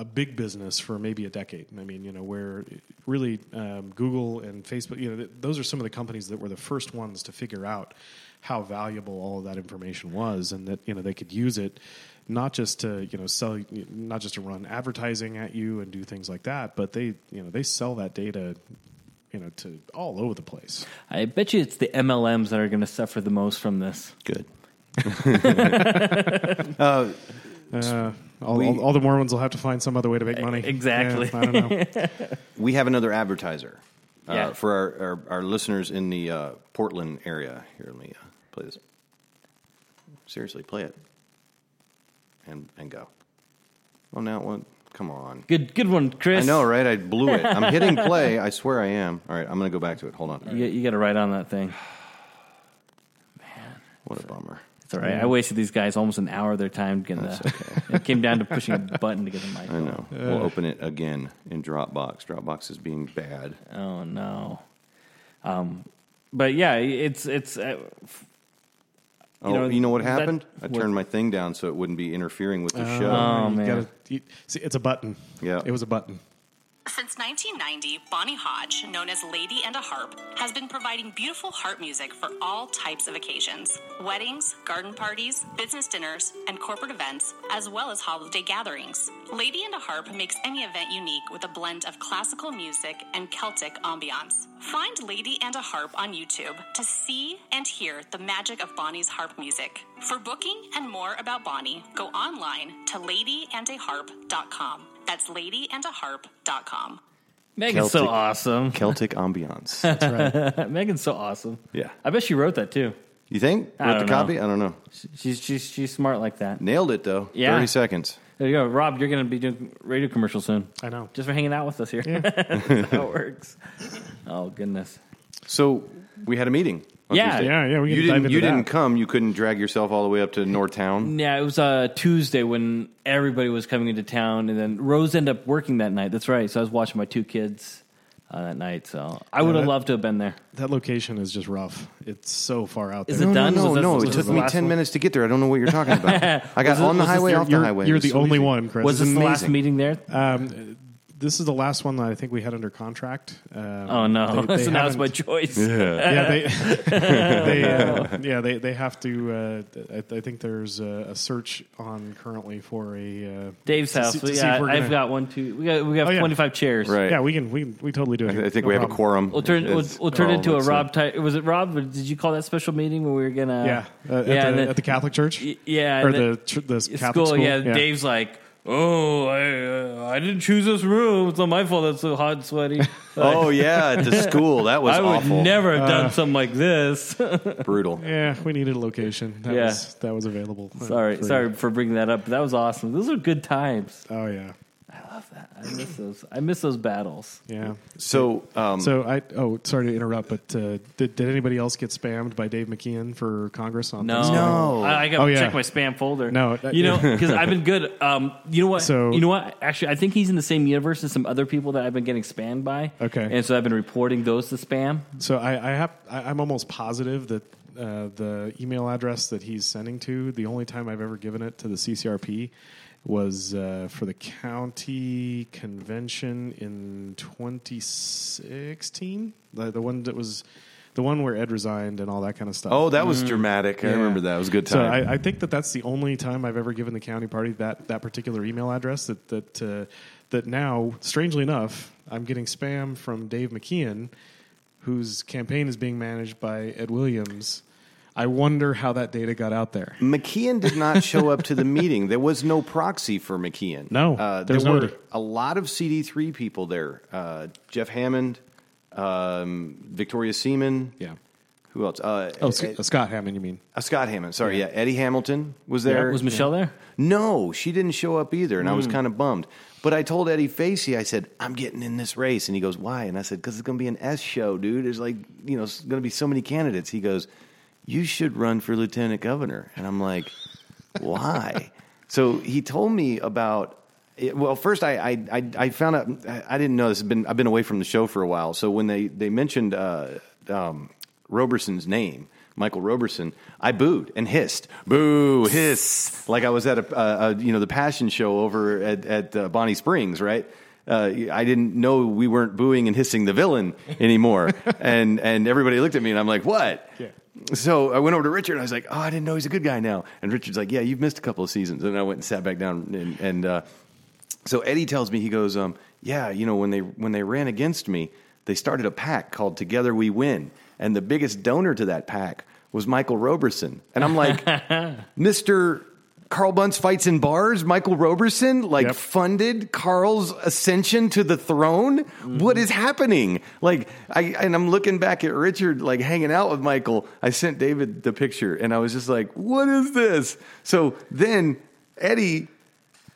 Speaker 5: a a big business for maybe a decade. I mean, you know, where really um, Google and Facebook, you know, th- those are some of the companies that were the first ones to figure out how valuable all of that information was, and that you know they could use it not just to you know sell, not just to run advertising at you and do things like that, but they you know they sell that data. You know, to all over the place.
Speaker 4: I bet you it's the MLMs that are going to suffer the most from this.
Speaker 3: Good.
Speaker 5: All,
Speaker 3: We-
Speaker 5: all, all the Mormons will have to find some other way to make money.
Speaker 4: Exactly.
Speaker 5: Yeah, I don't know.
Speaker 3: We have another advertiser uh,
Speaker 4: Yeah.
Speaker 3: for our, our, our listeners in the uh, Portland area. Here, let me uh, play this. Seriously, play it and and go. Oh, now it won't. Come on.
Speaker 4: Good, good one, Chris.
Speaker 3: I know, right? I blew it. I'm hitting play. I swear I am. All right, I'm going to go back to it. Hold on.
Speaker 4: You, you got to write on that thing.
Speaker 3: What a bummer.
Speaker 4: It's all right. I wasted these guys almost an hour of their time getting the. It came down to pushing a button to get the mic.
Speaker 3: I know.
Speaker 4: Uh.
Speaker 3: We'll open it again in Dropbox. Dropbox is being bad.
Speaker 4: Oh no. Um, but yeah, it's it's uh, f-
Speaker 3: Oh,
Speaker 4: know,
Speaker 3: you know what
Speaker 4: that-
Speaker 3: happened? I
Speaker 4: what-
Speaker 3: turned my thing down so it wouldn't be interfering with the show.
Speaker 4: Oh,
Speaker 5: You
Speaker 4: man.
Speaker 5: gotta- you- see, it's a button.
Speaker 3: Yeah.
Speaker 5: It was a button.
Speaker 6: Since 1990, Bonnie Hodge, known as Lady and a Harp, has been providing beautiful harp music for all types of occasions weddings, garden parties, business dinners, and corporate events, as well as holiday gatherings. Lady and a Harp makes any event unique with a blend of classical music and Celtic ambiance. Find Lady and a Harp on YouTube to see and hear the magic of Bonnie's harp music. For booking and more about Bonnie, go online to ladyandaharp.com. That's ladyandaharp.com.
Speaker 4: Megan's so
Speaker 3: Celtic.
Speaker 4: awesome.
Speaker 3: Celtic ambiance.
Speaker 4: Megan's so awesome.
Speaker 3: Yeah.
Speaker 4: I bet she wrote that too.
Speaker 3: You think?
Speaker 4: I
Speaker 3: Wrote the
Speaker 4: don't know.
Speaker 3: copy? I don't know.
Speaker 4: She's she's she's smart like that.
Speaker 3: Nailed it though.
Speaker 4: Yeah.
Speaker 3: 30 seconds.
Speaker 4: There you go, Rob. You're going to be doing radio commercials soon.
Speaker 5: I know.
Speaker 4: Just for hanging out with us here. That's how it works. Oh goodness.
Speaker 3: So we had a meeting. on
Speaker 4: Yeah.
Speaker 3: Tuesday.
Speaker 5: Yeah, yeah. We can
Speaker 3: You
Speaker 5: dive
Speaker 3: didn't
Speaker 5: into
Speaker 3: you
Speaker 5: that.
Speaker 3: didn't come. You couldn't drag yourself all the way up to Northtown.
Speaker 4: Yeah, it was uh, Tuesday when everybody was coming into town, and then Rose ended up working that night. That's right. So I was watching my two kids uh, that night. So I would have
Speaker 5: that-
Speaker 4: loved to have been there.
Speaker 5: That location is just rough. It's so far out
Speaker 4: Is
Speaker 5: there.
Speaker 4: it
Speaker 3: No,
Speaker 4: done?
Speaker 3: no,
Speaker 4: Was this-
Speaker 3: no.
Speaker 4: was
Speaker 3: It
Speaker 4: this
Speaker 3: took
Speaker 4: the
Speaker 3: me
Speaker 4: last
Speaker 3: 10
Speaker 4: one?
Speaker 3: minutes to get there. I don't know what you're talking about. I got
Speaker 4: Was it-
Speaker 3: on the
Speaker 4: was this
Speaker 3: highway,
Speaker 4: your-
Speaker 3: off the
Speaker 5: you're,
Speaker 3: highway.
Speaker 5: you're
Speaker 3: It was
Speaker 5: the
Speaker 3: so
Speaker 5: only
Speaker 3: easy.
Speaker 5: one, Chris.
Speaker 4: Was
Speaker 3: This
Speaker 4: this
Speaker 3: is
Speaker 4: the last
Speaker 3: amazing.
Speaker 4: meeting there?
Speaker 5: Um, this is the last one that I think we had under contract. Um,
Speaker 4: oh no!
Speaker 5: they
Speaker 4: so now it's
Speaker 5: haven't-
Speaker 4: my choice.
Speaker 5: yeah, they, they
Speaker 4: Oh.
Speaker 5: uh, yeah, they they have to. Uh, I, I think there's a, a search on currently for a uh,
Speaker 4: Dave's
Speaker 5: to
Speaker 4: house.
Speaker 5: see- to
Speaker 4: we
Speaker 5: see if
Speaker 4: got,
Speaker 5: we're
Speaker 4: I've
Speaker 5: gonna-
Speaker 4: got one, two. We got we got
Speaker 5: Oh, yeah.
Speaker 4: 25 chairs.
Speaker 3: Right.
Speaker 5: Yeah, we can we can, we totally do it.
Speaker 3: I
Speaker 5: here.
Speaker 3: think
Speaker 5: No
Speaker 3: we have a
Speaker 5: problem.
Speaker 3: quorum.
Speaker 4: We'll turn we'll,
Speaker 3: It's-
Speaker 4: we'll turn
Speaker 3: oh,
Speaker 4: it into a
Speaker 3: let's see.
Speaker 4: Rob type. Was it Rob? Or did you call that special meeting when we were gonna?
Speaker 5: Yeah, uh, at,
Speaker 4: yeah,
Speaker 5: the,
Speaker 4: and then-
Speaker 5: at the Catholic Church.
Speaker 4: Y- yeah,
Speaker 5: or
Speaker 4: and then-
Speaker 5: the tr- the Catholic
Speaker 4: school,
Speaker 5: school.
Speaker 4: Yeah, Dave's like, oh, I, uh, I didn't choose this room. It's not my fault. That's so hot and sweaty.
Speaker 3: Oh yeah, at the school. That was
Speaker 4: I would
Speaker 3: awful.
Speaker 4: never have done something like this.
Speaker 3: brutal.
Speaker 5: Yeah, Eh, we needed a location. That
Speaker 4: Yeah.
Speaker 5: was that was available.
Speaker 4: sorry,
Speaker 5: For-
Speaker 4: sorry for bringing that up. That was awesome. Those are good times.
Speaker 5: Oh yeah,
Speaker 4: I love that. I miss those. I miss those battles.
Speaker 5: yeah.
Speaker 3: So, um,
Speaker 5: So I oh sorry to interrupt, but uh, did did anybody else get spammed by Dave McKeon for Congress on
Speaker 4: No,
Speaker 5: Thursday?
Speaker 3: No.
Speaker 4: I, I got to
Speaker 5: Oh, yeah.
Speaker 4: check my spam folder.
Speaker 5: No, that-
Speaker 4: you know, because I've been good. Um, you know what?
Speaker 5: So-
Speaker 4: you know what? Actually, I think he's in the same universe as some other people that I've been getting spammed by.
Speaker 5: Okay.
Speaker 4: and so I've been reporting those to spam.
Speaker 5: So I, I have I, I'm almost positive that uh, the email address that he's sending to the only time I've ever given it to the CCRP was uh, for the county convention in 2016. The, the one that was the one where Ed resigned and all that kind of stuff.
Speaker 3: oh, that
Speaker 4: Mm.
Speaker 3: was dramatic. I
Speaker 5: Yeah.
Speaker 3: remember that. It was a good
Speaker 5: So
Speaker 3: time.
Speaker 5: I, I think that that's the only time I've ever given the county party that, that particular email address. That that uh, that now, strangely enough, I'm getting spam from Dave McKeon, whose campaign is being managed by Ed Williams. I wonder how that data got out there.
Speaker 3: McKeon did not show up to the meeting. There was no proxy for McKeon.
Speaker 5: No,
Speaker 3: uh, there
Speaker 5: there's
Speaker 3: were
Speaker 5: nobody.
Speaker 3: a lot of CD3 people there. Uh, Jeff Hammond, um, Victoria Seaman.
Speaker 5: Yeah.
Speaker 3: Who else? Uh,
Speaker 5: Oh, Sc- Scott Hammond, you mean?
Speaker 3: uh, Scott Hammond. Sorry, yeah. Eddie Hamilton was there.
Speaker 4: Was Michelle there?
Speaker 3: No, she didn't show up either, and I was kind of bummed. But I told Eddie Facey, I said, I'm getting in this race. And he goes, Why? And I said, Because it's going to be an S show, dude. There's like, you know, going to be so many candidates. He goes, You should run for lieutenant governor. And I'm like, Why? so he told me about. It, well, first I, I I I found out I I didn't know this. I've been I've been away from the show for a while. So when they they mentioned uh, um, Roberson's name, Michael Roberson, I booed and hissed, boo, hiss, like I was at a, a, a you know the passion show over at at uh, Bonnie Springs, right? Uh, I didn't know we weren't booing and hissing the villain anymore, and and everybody looked at me and I'm like, what? So I went over to Richard and I was like, oh, I didn't know he's a good guy now. And Richard's like, yeah, you've missed a couple of seasons. And I went and sat back down and and. Uh, so Eddie tells me he goes, um, yeah, you know when they when they ran against me, they started a pack called Together We Win, and the biggest donor to that pack was Michael Roberson, and I'm like, Mister. Carl Bunce fights in bars. Michael Roberson like
Speaker 5: Yep.
Speaker 3: funded Carl's ascension to the throne.
Speaker 4: Mm-hmm.
Speaker 3: What is happening? Like I and I'm looking back at Richard like hanging out with Michael. I sent David the picture and I was just like, "What is this?" So then Eddie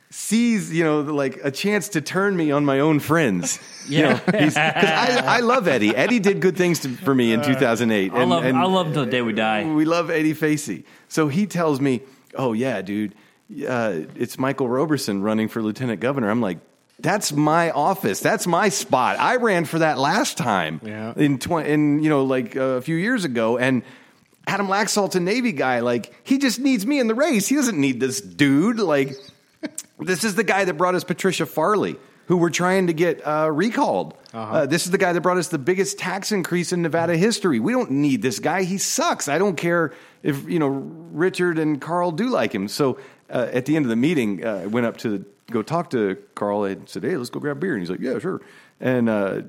Speaker 3: sees you know like a chance to turn me on my own friends.
Speaker 4: Yeah.
Speaker 3: Because I, I love Eddie. Eddie did good things to, for me in 2008.
Speaker 4: Uh, I love I love till the day we die.
Speaker 3: We love Eddie Facey. So he tells me, "Oh yeah, dude, uh, it's Michael Roberson running for lieutenant governor." I'm like, "That's my office. That's my spot. I ran for that last time
Speaker 5: Yeah.
Speaker 3: in twenty, in you know, like uh, a few years ago." And Adam Laxalt's a Navy guy. Like he just needs me in the race. He doesn't need this dude. Like this is the guy that brought us Patricia Farley. Who we're trying to get uh, recalled. uh this is the guy that brought us the biggest tax increase in Nevada history. We don't need this guy. He sucks. I don't care if you know Richard and Carl do like him. So uh, at the end of the meeting, uh, I went up to go talk to Carl and said, "Hey, let's go grab beer." And he's like, "Yeah, sure." And uh,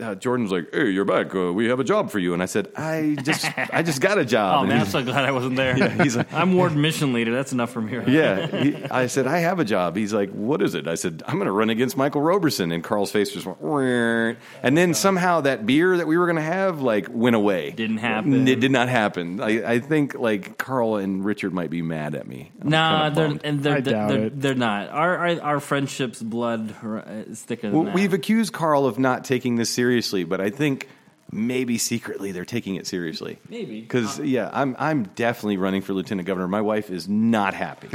Speaker 3: uh, Jordan's like, "Hey, you're back. Uh, we have a job for you." And I said, "I just, I just got a job."
Speaker 4: Oh
Speaker 3: And
Speaker 4: man, I'm
Speaker 3: he's-
Speaker 4: so glad I wasn't there.
Speaker 3: he's like-
Speaker 4: I'm ward mission leader. That's enough from here.
Speaker 3: yeah, he, I said, "I have a job." He's like, "What is it?" I said, "I'm going to run against Michael Roberson." And Carl's face just went, "Wah." and
Speaker 4: Oh,
Speaker 3: then somehow that beer that we were going to have like went away.
Speaker 4: Didn't happen.
Speaker 3: It did not happen. I, I think like Carl and Richard might be mad at me. I'm
Speaker 4: No,
Speaker 3: kinda
Speaker 4: they're
Speaker 3: bummed.
Speaker 4: and they're
Speaker 5: I
Speaker 4: they're,
Speaker 5: doubt
Speaker 4: they're,
Speaker 5: it.
Speaker 4: they're not. Our, our our friendship's blood r- is thicker than
Speaker 3: Well,
Speaker 4: that.
Speaker 3: we've accused Carl of not taking this seriously, but I think maybe secretly they're taking it seriously.
Speaker 4: Maybe. Uh-huh.
Speaker 3: because yeah, I'm I'm definitely running for lieutenant governor. My wife is not happy.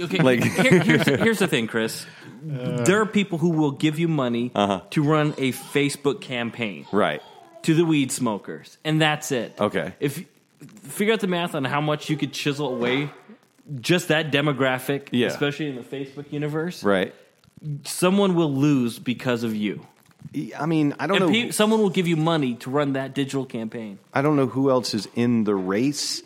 Speaker 4: Okay,
Speaker 3: Like-
Speaker 4: here- here's, here's the thing, Chris. there are people who will give you money
Speaker 3: Uh-huh.
Speaker 4: to run a Facebook campaign
Speaker 3: right.
Speaker 4: to the weed smokers, and that's it.
Speaker 3: Okay.
Speaker 4: If figure out the math on how much you could chisel away just that demographic,
Speaker 3: Yeah.
Speaker 4: especially in the Facebook universe,
Speaker 3: Right.
Speaker 4: someone will lose because of you.
Speaker 3: E, I mean, I don't
Speaker 4: And
Speaker 3: know.
Speaker 4: pe- someone will give you money to run that digital campaign.
Speaker 3: I don't know who else is in the race,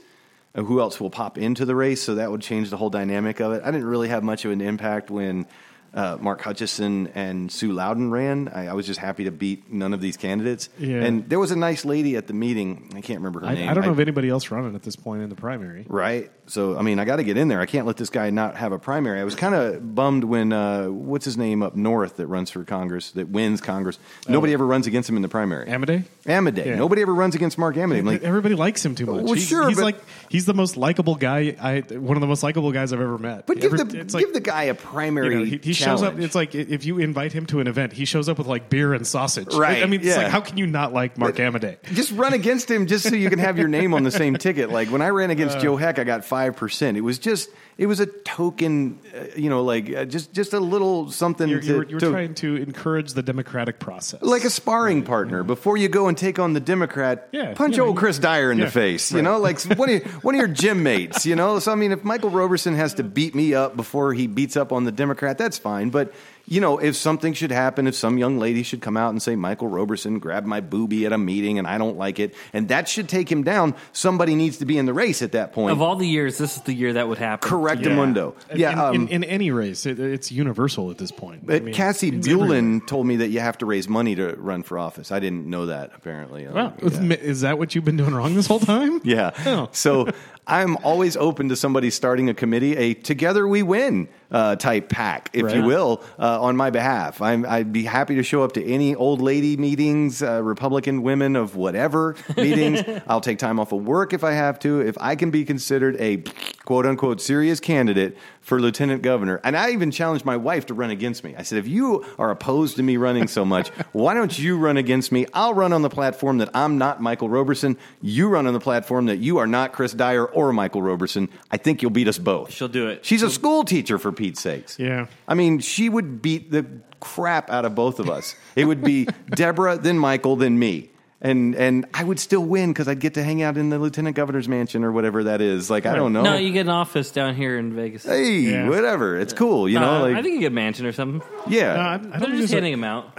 Speaker 3: uh, who else will pop into the race. So that would change the whole dynamic of it. I didn't really have much of an impact when uh, Mark Hutchison and Sue Loudon ran. I, I was just happy to beat none of these candidates.
Speaker 5: Yeah.
Speaker 3: And there was a nice lady at the meeting. I can't remember her
Speaker 5: I,
Speaker 3: name.
Speaker 5: I don't know of anybody else running at this point in the primary.
Speaker 3: Right. So I mean, I got to get in there. I can't let this guy not have a primary. I was kind of bummed when uh, what's his name up north that runs for Congress that wins Congress. Nobody ever runs against him in the primary.
Speaker 5: Amaday?
Speaker 3: Amaday.
Speaker 5: Oh. Yeah.
Speaker 3: Nobody ever runs against Mark Amaday. I'm like,
Speaker 5: Everybody likes him too much.
Speaker 3: Well,
Speaker 5: he's,
Speaker 3: sure,
Speaker 5: he's
Speaker 3: but-
Speaker 5: like he's the most likable guy. I one of the most likable guys I've ever met.
Speaker 3: but give
Speaker 5: Every-
Speaker 3: the
Speaker 5: it's
Speaker 3: give
Speaker 5: like,
Speaker 3: the guy a primary.
Speaker 5: you know, he, he shows up. It's like i- if you invite him to an event, he shows up with like beer and sausage.
Speaker 3: Right,
Speaker 5: I mean, it's
Speaker 3: yeah.
Speaker 5: like how can you not like Mark Amaday?
Speaker 3: just run against him just so you can have your name on the same ticket. Like when I ran
Speaker 5: Uh.
Speaker 3: against Joe Heck, I got five percent. It was just it was a token, uh, you know, like uh, just just a little something.
Speaker 5: You're,
Speaker 3: to,
Speaker 5: you're, you're
Speaker 3: to-
Speaker 5: trying to encourage the democratic process,
Speaker 3: like a sparring partner before you go and take on the Democrat.
Speaker 5: Yeah,
Speaker 3: punch
Speaker 5: you know,
Speaker 3: old
Speaker 5: you-
Speaker 3: Chris Dyer in
Speaker 5: yeah,
Speaker 3: the face. You
Speaker 5: right.
Speaker 3: know, like one of your, one of your gym mates. You know, so I mean, if Michael Roberson has to beat me up before he beats up on the Democrat, that's fine. But you know, if something should happen, if some young lady should come out and say Michael Roberson grabbed my boobie at a meeting and I don't like it, and that should take him down. Somebody needs to be in the race at that point.
Speaker 4: Of all the years, this is the year that would happen.
Speaker 3: Correct, Mundo. Yeah,
Speaker 5: in,
Speaker 3: um,
Speaker 5: in, in any race, it, it's universal at this point.
Speaker 3: But
Speaker 5: I mean,
Speaker 3: Cassie
Speaker 5: it's
Speaker 3: Bulin
Speaker 5: everywhere.
Speaker 3: told me that you have to raise money to run for office. I didn't know that apparently. Um,
Speaker 5: Wow.
Speaker 3: Yeah.
Speaker 5: Is that what you've been doing wrong this whole time?
Speaker 3: Yeah.
Speaker 5: Oh.
Speaker 3: So I'm always open to somebody starting a committee, a together we win uh, type pack, if you
Speaker 5: Right.
Speaker 3: will, uh, uh, on my behalf. I'm, I'd be happy to show up to any old lady meetings, uh, Republican women of whatever meetings. I'll take time off of work if I have to. If I can be considered a quote unquote serious candidate for lieutenant governor, and I even challenged my wife to run against me. I said, if you are opposed to me running so much, why don't you run against me? I'll run on the platform that I'm not Michael Roberson. You run on the platform that you are not Chris Dyer or Michael Roberson. I think you'll beat us both.
Speaker 4: She'll do it.
Speaker 3: She's a school teacher for Pete's sakes.
Speaker 5: Yeah.
Speaker 3: I mean, she would beat the crap out of both of us. It would be Deborah, then Michael, then me. And and I would still win because I'd get to hang out in the lieutenant governor's mansion or whatever that is. Like I don't know.
Speaker 4: No, you get an office down here in Vegas.
Speaker 3: hey,
Speaker 5: Yeah.
Speaker 3: whatever. It's cool. Uh, You know,
Speaker 4: Uh,
Speaker 3: like
Speaker 4: I think uh, you get a mansion or something.
Speaker 3: yeah.
Speaker 5: No, Uh, I, I don't
Speaker 4: They're
Speaker 5: think
Speaker 4: just
Speaker 5: there's a-
Speaker 4: handing them out.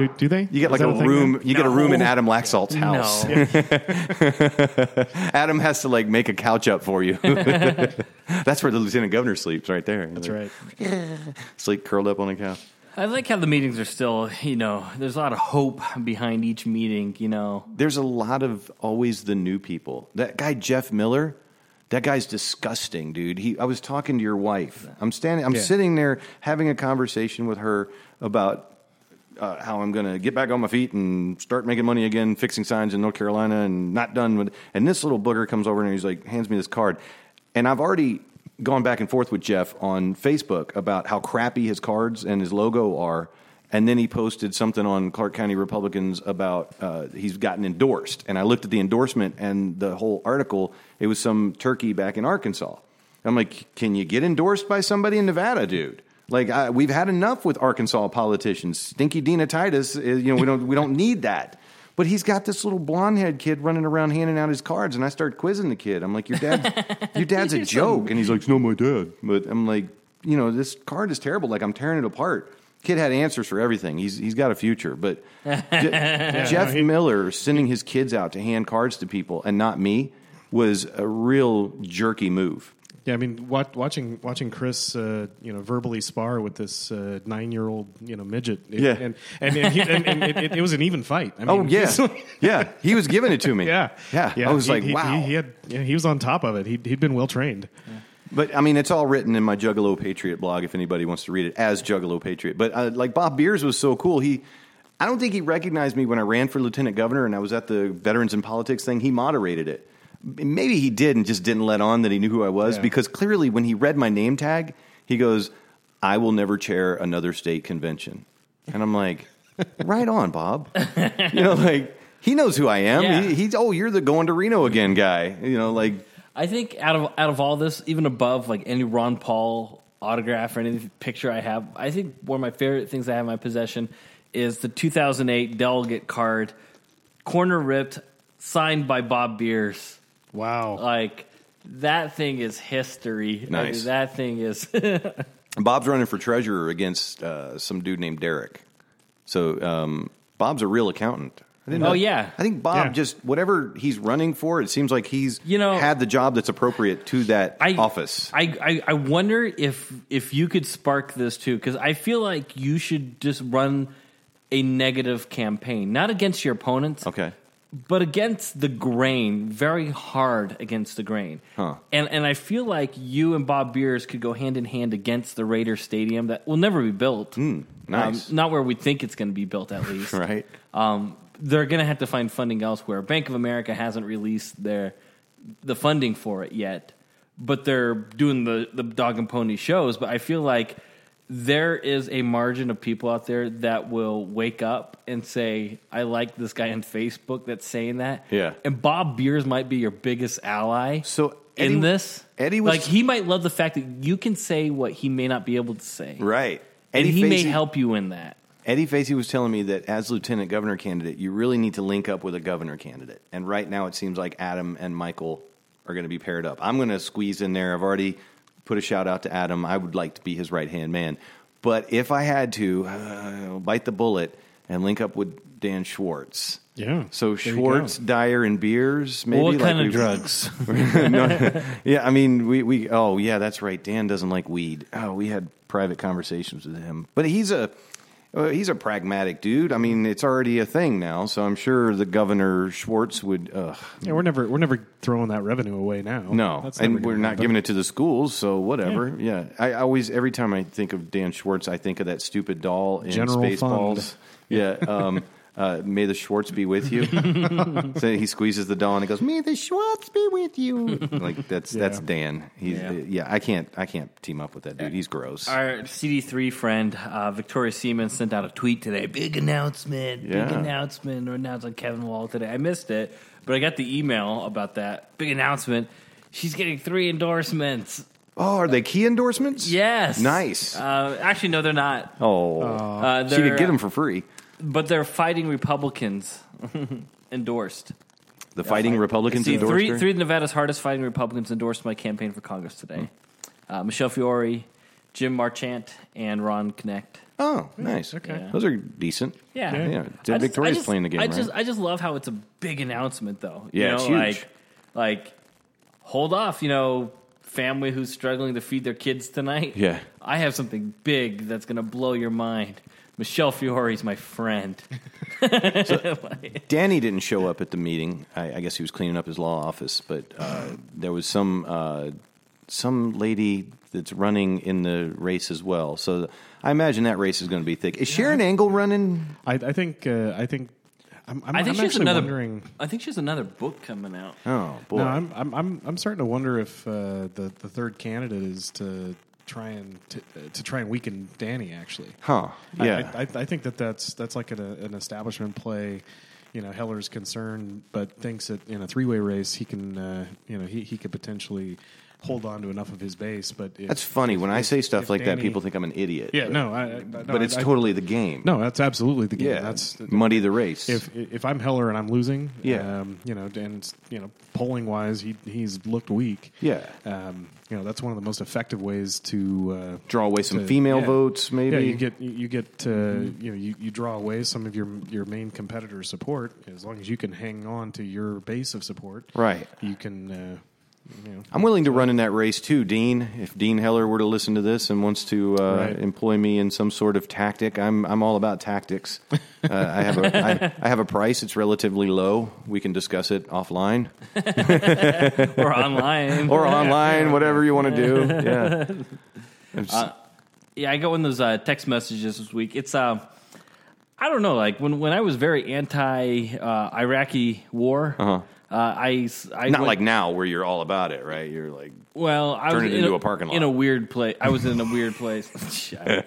Speaker 5: Do, do they?
Speaker 3: you get
Speaker 5: Is
Speaker 3: like
Speaker 5: that
Speaker 3: a
Speaker 5: thing?
Speaker 3: room. You get a room in
Speaker 4: No.
Speaker 3: Adam Laxalt's house.
Speaker 4: No,
Speaker 3: Adam has to like make a couch up for you. That's where the lieutenant governor sleeps, right there.
Speaker 5: That's right.
Speaker 3: Sleep curled up on a couch.
Speaker 4: I like how the meetings are still. You know, there's a lot of hope behind each meeting. You know,
Speaker 3: there's a lot of always the new people. That guy Jeff Miller, that guy's disgusting, dude. He I was talking to your wife. I'm standing I'm
Speaker 5: Yeah.
Speaker 3: sitting there having a conversation with her about uh, how I'm going to get back on my feet and start making money again, fixing signs in North Carolina, and not done with. And this little booger comes over and he's like, hands me this card, and I've already gone back and forth with Jeff on Facebook about how crappy his cards and his logo are. And then he posted something on Clark County Republicans about uh, he's gotten endorsed. And I looked at the endorsement and the whole article. It was some turkey back in Arkansas. I'm like, can you get endorsed by somebody in Nevada, dude? Like I, we've had enough with Arkansas politicians. Stinky Dina Titus, is, you know, we don't we don't need that. But he's got this little blonde head kid running around handing out his cards, and I start quizzing the kid. I'm like, your dad, your dad's a joke, and he's like, it's not my dad. But I'm like, you know, this card is terrible. Like I'm tearing it apart. Kid had answers for everything. He's he's got a future, but Jeff Miller sending his kids out to hand cards to people and not me was a real jerky move.
Speaker 5: Yeah, I mean, wat- watching watching Chris, uh, you know, verbally spar with this uh, nine year old, you know, midget. It,
Speaker 3: Yeah.
Speaker 5: and and, and, he, and, and it, it, it was an even fight. I mean,
Speaker 3: Oh yeah,
Speaker 5: he's-
Speaker 3: yeah. He was giving it to me.
Speaker 5: yeah,
Speaker 3: yeah. I was
Speaker 5: he-
Speaker 3: like,
Speaker 5: he-
Speaker 3: wow.
Speaker 5: he, he had yeah, he was on top of it. He he'd been well trained.
Speaker 3: But I mean, it's all written in my Juggalo Patriot blog. If anybody wants to read it, as Juggalo Patriot. But uh, like Bob Beers was so cool. He, I don't think he recognized me when I ran for lieutenant governor, and I was at the Veterans in Politics thing. He moderated it. Maybe he did and just didn't let on that he knew who I was
Speaker 5: Yeah.
Speaker 3: because clearly, when he read my name tag, he goes, "I will never chair another state convention," and I'm like, "Right on, Bob." you know, like he knows who I am.
Speaker 4: Yeah.
Speaker 3: He, he's oh, you're the going to Reno again guy. You know, like
Speaker 4: I think out of out of all this, even above like any Ron Paul autograph or any picture I have, I think one of my favorite things I have in my possession is the 2008 delegate card, corner ripped, signed by Bob Beers.
Speaker 5: Wow.
Speaker 4: Like that thing is history. I mean,
Speaker 3: Nice.
Speaker 4: that thing is.
Speaker 3: Bob's running for treasurer against uh, some dude named Derek. So um, Bob's a real accountant. I didn't
Speaker 4: Oh,
Speaker 3: know-
Speaker 4: yeah.
Speaker 3: I think Bob
Speaker 5: Yeah.
Speaker 3: just whatever he's running for, it seems like he's
Speaker 4: You know-
Speaker 3: had the job that's appropriate to that
Speaker 4: I,
Speaker 3: office.
Speaker 4: I, I, I wonder if if you could spark this too, because I feel like you should just run a negative campaign, not against your opponents,
Speaker 3: okay.
Speaker 4: but against the grain, very hard against the grain.
Speaker 3: Huh.
Speaker 4: And and I feel like you and Bob Beers could go hand in hand against the Raider Stadium that will never be built.
Speaker 3: Hmm, nice.
Speaker 4: Um, not where we think it's going to be built, at least.
Speaker 3: Right.
Speaker 4: Um, they're going to have to find funding elsewhere. Bank of America hasn't released their the funding for it yet, but they're doing the the dog and pony shows. But I feel like there is a margin of people out there that will wake up and say, "I like this guy on Facebook that's saying that."
Speaker 3: Yeah.
Speaker 4: and Bob Beers might be your biggest ally.
Speaker 3: So Eddie-
Speaker 4: in this,
Speaker 3: Eddie was-
Speaker 4: like he might love the fact that you can say what he may not be able to say,
Speaker 3: Right.
Speaker 4: And he may
Speaker 3: Facey-
Speaker 4: help you in that.
Speaker 3: Eddie Facey was telling me that as lieutenant governor candidate, you really need to link up with a governor candidate. And right now, it seems like Adam and Michael are going to be paired up. I'm going to squeeze in there. I've already put a shout out to Adam. I would like to be his right hand man. But if I had to, uh, bite the bullet and link up with Dan Schwartz.
Speaker 5: Yeah,
Speaker 3: So
Speaker 5: there you
Speaker 3: Schwartz,
Speaker 5: go.
Speaker 3: Dyer, and Beers. Maybe
Speaker 4: what
Speaker 3: like
Speaker 4: kind of
Speaker 3: we've-
Speaker 4: drugs?
Speaker 3: No, yeah, I mean, we, we, oh, yeah, that's right. Dan doesn't like weed. Oh, we had private conversations with him. But he's a, Uh, he's a pragmatic dude. I mean, it's already a thing now, so I'm sure the governor Schwartz would. Ugh,
Speaker 5: Yeah, we're never we're never throwing that revenue away now.
Speaker 3: no,
Speaker 5: That's never
Speaker 3: and
Speaker 5: gonna
Speaker 3: we're not
Speaker 5: happen.
Speaker 3: giving it to the schools, so whatever. Yeah, I always every time I think of Dan Schwartz, I think of that stupid doll in
Speaker 5: General
Speaker 3: Spaceballs.
Speaker 5: Fund.
Speaker 3: Yeah. Um, uh, may the Schwartz be with you. so he squeezes the doll and he goes, "May the Schwartz be with you." Like that's that's Dan. He's yeah.
Speaker 4: Yeah.
Speaker 3: I can't I can't team up with that dude. He's gross.
Speaker 4: Our CD3 friend, uh, Victoria Seaman, sent out a tweet today. Big announcement. Big
Speaker 3: Yeah.
Speaker 4: announcement. Or announced on Kevin Wall today. I missed it, but I got the email about that. Big announcement. She's getting three endorsements.
Speaker 3: Oh, are they key endorsements?
Speaker 4: Yes.
Speaker 3: Nice.
Speaker 4: Uh, actually, no, they're not.
Speaker 3: oh,
Speaker 4: Uh,
Speaker 3: she could
Speaker 4: they're-
Speaker 3: get them for free.
Speaker 4: But they're fighting Republicans endorsed.
Speaker 3: The fighting Republicans
Speaker 4: uh, See,
Speaker 3: endorsed
Speaker 4: three,
Speaker 3: her?
Speaker 4: three of Nevada's hardest fighting Republicans endorsed my campaign for Congress today.
Speaker 3: Hmm.
Speaker 4: Uh, Michelle Fiore, Jim Marchant, and Ron Knecht.
Speaker 3: Oh, nice. Okay,
Speaker 4: Yeah.
Speaker 3: those are decent.
Speaker 4: Yeah,
Speaker 3: yeah.
Speaker 4: I
Speaker 3: Dead
Speaker 4: just-
Speaker 3: Victoria's
Speaker 4: I just-
Speaker 3: playing the game,
Speaker 4: I
Speaker 3: right?
Speaker 4: just, I just love how it's a big announcement, though.
Speaker 3: Yeah,
Speaker 4: you know,
Speaker 3: it's huge.
Speaker 4: Like, like, hold off, you know, family who's struggling to feed their kids tonight.
Speaker 3: Yeah.
Speaker 4: I have something big that's going to blow your mind. Michelle Fiore's my friend.
Speaker 3: Danny didn't show up at the meeting. I, I guess he was cleaning up his law office, but uh,
Speaker 5: Mm-hmm.
Speaker 3: there was some uh, some lady that's running in the race as well. So I imagine that race is going to be thick. Is Sharon Angle running?
Speaker 5: I, I think uh, I think I'm, I'm,
Speaker 4: I think
Speaker 5: I'm
Speaker 4: she has
Speaker 5: actually
Speaker 4: another.
Speaker 5: wondering.
Speaker 4: I think she has another book coming out.
Speaker 3: Oh boy,
Speaker 5: No, I'm, I'm I'm I'm starting to wonder if uh, the the third candidate is to try and to, uh, to try and weaken Danny. Actually,
Speaker 3: huh?
Speaker 5: I-
Speaker 3: Yeah,
Speaker 5: I, I, I think that that's that's like an, uh, an establishment play. You know, Heller's concerned, but thinks that in a three way race he can, uh, you know, he, he could potentially hold on to enough of his base. But if,
Speaker 3: that's funny. When I say stuff
Speaker 5: if
Speaker 3: like that,
Speaker 5: Danny-
Speaker 3: people think I'm an idiot.
Speaker 5: yeah,
Speaker 3: but,
Speaker 5: no, I, I- no,
Speaker 3: but it's
Speaker 5: I- I-
Speaker 3: totally the game.
Speaker 5: no, that's absolutely the game.
Speaker 3: yeah,
Speaker 5: that's
Speaker 3: muddy the race.
Speaker 5: if if I'm Heller and I'm losing,
Speaker 3: Yeah.
Speaker 5: um, you know, and it's, you know, polling wise, he he's looked weak.
Speaker 3: Yeah.
Speaker 5: um, you know, that's one of the most effective ways to uh,
Speaker 3: Draw away some
Speaker 5: to-
Speaker 3: female votes, maybe?
Speaker 5: Yeah, you get you get uh, you know you, you draw away some of your your main competitor's support as long as you can hang on to your base of support.
Speaker 3: Right.
Speaker 5: you can. Uh, you know,
Speaker 3: I'm willing to run in that race too, Dean. If Dean Heller were to listen to this and wants to uh,
Speaker 5: Right.
Speaker 3: employ me in some sort of tactic, I'm I'm all about tactics. Uh, I have a I, I have a price. It's relatively low. We can discuss it offline
Speaker 4: or online
Speaker 3: or online, whatever you want to do. Yeah, I'm just-
Speaker 4: yeah i got one of those uh, text messages this week it's um i don't know like when when i was very anti uh, iraqi war uh I, s- I
Speaker 3: Uh-huh. not
Speaker 4: went-
Speaker 3: like now where you're all about it, right? You're like,
Speaker 4: well I
Speaker 3: turn
Speaker 4: was
Speaker 3: it
Speaker 4: in
Speaker 3: into a parking lot.
Speaker 4: in a weird place I was in a weird place Shut up.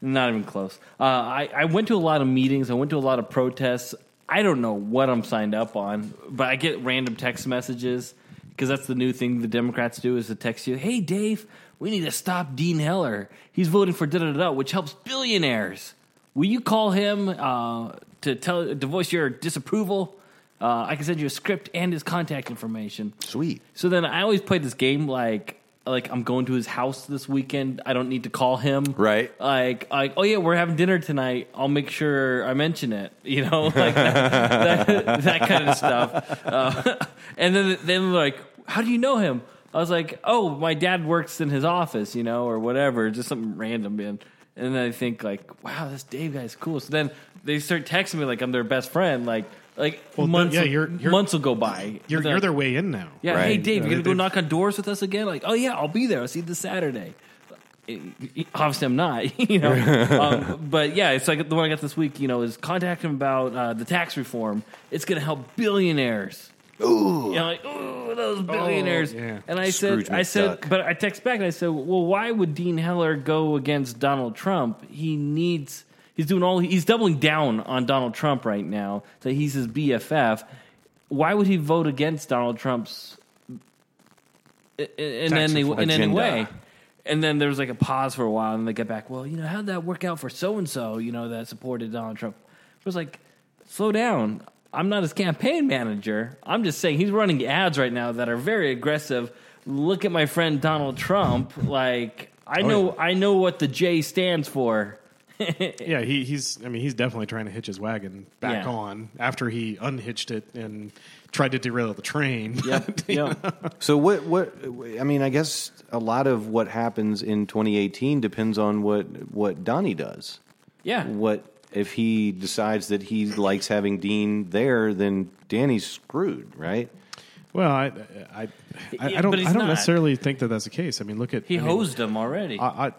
Speaker 4: not even close uh, I I went to a lot of meetings I went to a lot of protests I don't know what I'm signed up on but I get random text messages because that's the new thing the Democrats do is to text you hey Dave we need to stop Dean Heller he's voting for da da da which helps billionaires will you call him uh, to tell to voice your disapproval uh, I can send you a script and his contact information
Speaker 3: sweet.
Speaker 4: so then I always play this game like like I'm going to his house this weekend. I don't need to call him.
Speaker 3: Right.
Speaker 4: Like like oh yeah, we're having dinner tonight. I'll make sure I mention it. You know, like that, that, that kind of stuff. Uh, and then then they're like, how do you know him? I was like, oh, my dad works in his office, you know, or whatever, just something random, man. And then I think like, wow, this Dave guy's cool. So then they start texting me like I'm their best friend, like like
Speaker 5: Well,
Speaker 4: months
Speaker 5: yeah, you're- you're-
Speaker 4: months will go by.
Speaker 5: you're
Speaker 4: They're
Speaker 5: you're
Speaker 4: like,
Speaker 5: their way in now.
Speaker 4: yeah,
Speaker 3: Right.
Speaker 4: hey Dave,
Speaker 5: Yeah,
Speaker 4: you gonna
Speaker 5: they-
Speaker 4: go knock on doors with us again? Like, oh yeah, I'll be there. I'll see you this Saturday. Obviously, I'm not. You know, um, but yeah, it's like the one I got this week. You know, is contact him about uh, the tax reform. It's gonna help billionaires. Ooh, you know, like ooh, those billionaires.
Speaker 5: yeah.
Speaker 4: And I
Speaker 3: Scrooge
Speaker 4: said, I said,
Speaker 3: McDuck.
Speaker 4: but I text back and I said, well, why would Dean Heller go against Donald Trump? He needs. He's doing all. He's doubling down on Donald Trump right now. That he's his BFF. Why would he vote against Donald Trump's in
Speaker 5: Tax
Speaker 4: any
Speaker 5: reform.
Speaker 4: in any
Speaker 3: Agenda.
Speaker 4: way. And then there was like a pause for a while, and they get back. Well, you know, how'd that work out for so and so? You know, that supported Donald Trump. It was like, slow down. I'm not his campaign manager. I'm just saying he's running ads right now that are very aggressive. Look at my friend Donald Trump. Like I
Speaker 5: Oh,
Speaker 4: know, I know what the J stands for.
Speaker 5: Yeah, he, he's. I mean, he's definitely trying to hitch his wagon back
Speaker 4: Yeah.
Speaker 5: on after he unhitched it and tried to derail the train.
Speaker 3: So what? What? I mean, I guess a lot of what happens in 2018 depends on what what Donnie does.
Speaker 4: Yeah.
Speaker 3: What if he decides that he likes having Dean there? Then Danny's screwed, right?
Speaker 5: Well, I, I, I,
Speaker 4: Yeah,
Speaker 5: I don't,
Speaker 4: but he's
Speaker 5: I don't
Speaker 4: not.
Speaker 5: necessarily think that that's the case. I mean, look at
Speaker 4: He
Speaker 5: I mean,
Speaker 4: hosed him already.
Speaker 5: I, I,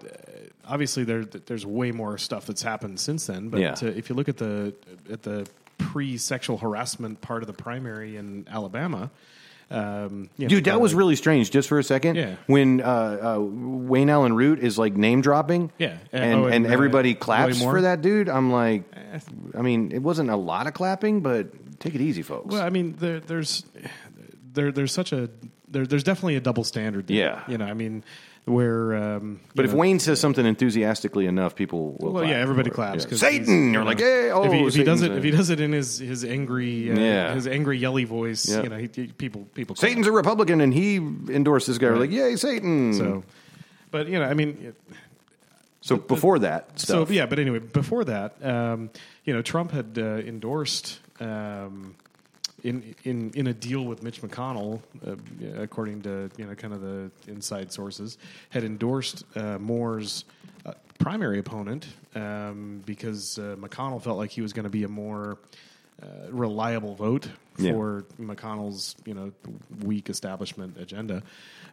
Speaker 5: obviously, there, there's way more stuff that's happened since then. But
Speaker 3: Yeah.
Speaker 5: uh, if you look at the at the pre-sexual harassment part of the primary in Alabama, um, you
Speaker 3: Dude,
Speaker 5: know,
Speaker 3: that was
Speaker 5: uh,
Speaker 3: really strange. Just for a second,
Speaker 5: Yeah.
Speaker 3: When uh, uh, Wayne Allen Root is like name dropping,
Speaker 5: Yeah.
Speaker 3: and
Speaker 5: Oh,
Speaker 3: and,
Speaker 5: and, uh,
Speaker 3: everybody
Speaker 5: Roy
Speaker 3: claps
Speaker 5: Moore? Eh.
Speaker 3: for that dude. I'm like, I mean, it wasn't a lot of clapping, but take it easy, folks.
Speaker 5: Well, I mean, there, there's there, there's such a there, there's definitely a double standard. There.
Speaker 3: Yeah.
Speaker 5: you know, I mean, where um,
Speaker 3: but
Speaker 5: you
Speaker 3: if
Speaker 5: know,
Speaker 3: Wayne says something enthusiastically enough, people will.
Speaker 5: Well,
Speaker 3: clap
Speaker 5: yeah, everybody
Speaker 3: for it.
Speaker 5: claps.
Speaker 3: Yeah.
Speaker 5: 'cause he's,
Speaker 3: Satan,
Speaker 5: you
Speaker 3: you're
Speaker 5: know,
Speaker 3: like, hey, oh,
Speaker 5: if he, if he does it,
Speaker 3: Satan's
Speaker 5: if
Speaker 3: a-
Speaker 5: he does it in his his angry, uh,
Speaker 3: Yeah.
Speaker 5: his angry yelly voice,
Speaker 3: Yeah.
Speaker 5: you know, he, he- people people. clap.
Speaker 3: Satan's a Republican and he endorsed this guy. We're like, yay, Satan. So,
Speaker 5: so, but you know, I mean,
Speaker 3: before that stuff.
Speaker 5: so yeah. But anyway, before that, um, you know, Trump had uh, endorsed. Um, in, in in a deal with Mitch McConnell, uh, according to you know kind of the inside sources, had endorsed uh, Moore's uh, primary opponent um, because uh, McConnell felt like he was going to be a more uh, reliable vote
Speaker 3: Yeah.
Speaker 5: for McConnell's you know weak establishment agenda.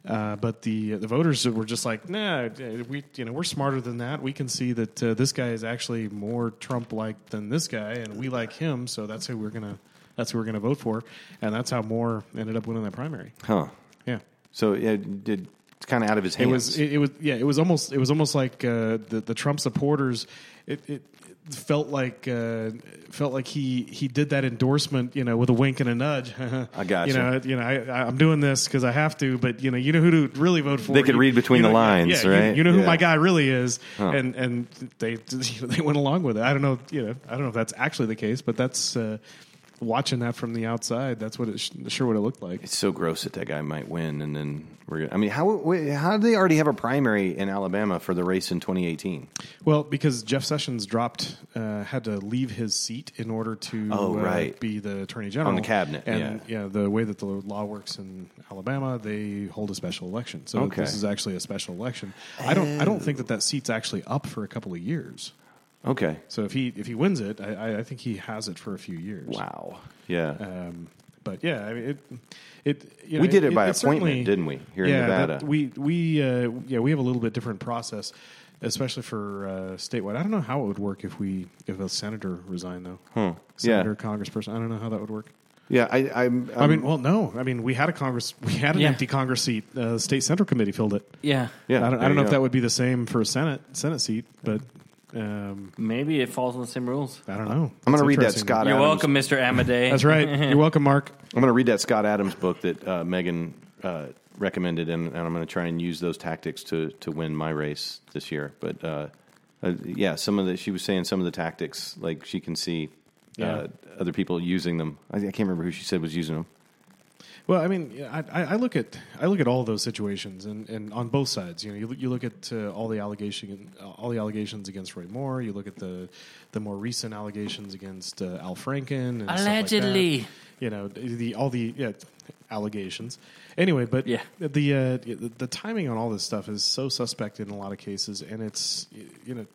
Speaker 5: Uh, but the the voters were just like, nah, uh, we you know we're smarter than that. We can see that uh, this guy is actually more Trump like than this guy, and we like him, so that's who we're gonna that's who we're gonna vote for, and that's how Moore ended up winning that primary.
Speaker 3: Huh.
Speaker 5: Yeah.
Speaker 3: So it did, it's kind of out of his
Speaker 5: It
Speaker 3: hands.
Speaker 5: was it, it was yeah it was almost it was almost like uh, the the Trump supporters it, it it felt like uh, felt like he he did that endorsement you know with a wink and a nudge I
Speaker 3: gotcha.
Speaker 5: you know you know I, I'm doing this because I have to but you know you know who to really vote for
Speaker 3: They could
Speaker 5: You-
Speaker 3: read between
Speaker 5: you
Speaker 3: the
Speaker 5: know-
Speaker 3: lines,
Speaker 5: yeah, you-
Speaker 3: right?
Speaker 5: you, know who
Speaker 3: Yeah.
Speaker 5: my guy really is and and they you know, they went along with it I don't know you know I don't know if that's actually the case but that's uh, watching that from the outside that's what it sh- sure what it looked like
Speaker 3: it's so gross that that guy might win. And then we're going to, I mean, how, wait, how did they already have a primary in Alabama for the race in 2018?
Speaker 5: Well, because Jeff Sessions dropped, uh, had to leave his seat in order to
Speaker 3: Oh,
Speaker 5: uh,
Speaker 3: right.
Speaker 5: be the attorney general
Speaker 3: On the cabinet,
Speaker 5: And yeah. the way that the law works in Alabama, they hold a special election. So
Speaker 3: Okay.
Speaker 5: this is actually a special election. I don't, I don't think that that seat's actually up for a couple of years.
Speaker 3: Okay.
Speaker 5: So if he if he wins it, I, I- I think he has it for a few years.
Speaker 3: Wow. Yeah.
Speaker 5: Um, but yeah, I mean, it, it you know,
Speaker 3: We did it by
Speaker 5: certainly-
Speaker 3: appointment, didn't we, here in
Speaker 5: yeah,
Speaker 3: Nevada?
Speaker 5: that- we we uh, yeah we have a little bit different process, especially for uh, statewide. I don't know how it would work if we if a senator resigned though.
Speaker 3: Hmm,
Speaker 5: Senator, congressperson. I don't know how that would work.
Speaker 3: yeah. I, I'm, I'm,
Speaker 5: I mean, well, no. I mean, we had a Congress, we had an
Speaker 4: Yeah.
Speaker 5: empty Congress seat. Uh, the state central committee filled it.
Speaker 4: yeah.
Speaker 3: Yeah,
Speaker 5: I don't,
Speaker 3: there
Speaker 5: I don't know
Speaker 3: you
Speaker 5: if
Speaker 3: go.
Speaker 5: that would be the same for a Senate Senate seat, but um,
Speaker 4: Maybe it falls on the same rules.
Speaker 5: I don't know.
Speaker 3: I'm going
Speaker 5: It's
Speaker 3: to read that
Speaker 5: interesting.
Speaker 3: Scott
Speaker 4: You're
Speaker 3: Adams.
Speaker 4: welcome, Mr. Amadei.
Speaker 5: That's right. You're welcome, Mark.
Speaker 3: I'm going to read that Scott Adams book that uh, Megan uh, recommended, and, and I'm going to try and use those tactics to to win my race this year. But uh, uh, yeah, some of the she was saying some of the tactics, like she can see
Speaker 5: Yeah.
Speaker 3: uh, other people using them. I, I can't remember who she said was using them.
Speaker 5: Well, I mean, yeah, I, I I look at I look at all those situations, and, and on both sides, you know, you, look- you look at uh, all the allegation uh, all the allegations against Roy Moore. You look at the the more recent allegations against uh, Al Franken. And stuff like that.
Speaker 4: Allegedly.
Speaker 5: you know, the all the yeah, allegations. Anyway, but
Speaker 4: Yeah.
Speaker 5: the uh, the- the timing on all this stuff is so suspect in a lot of cases, and it's you know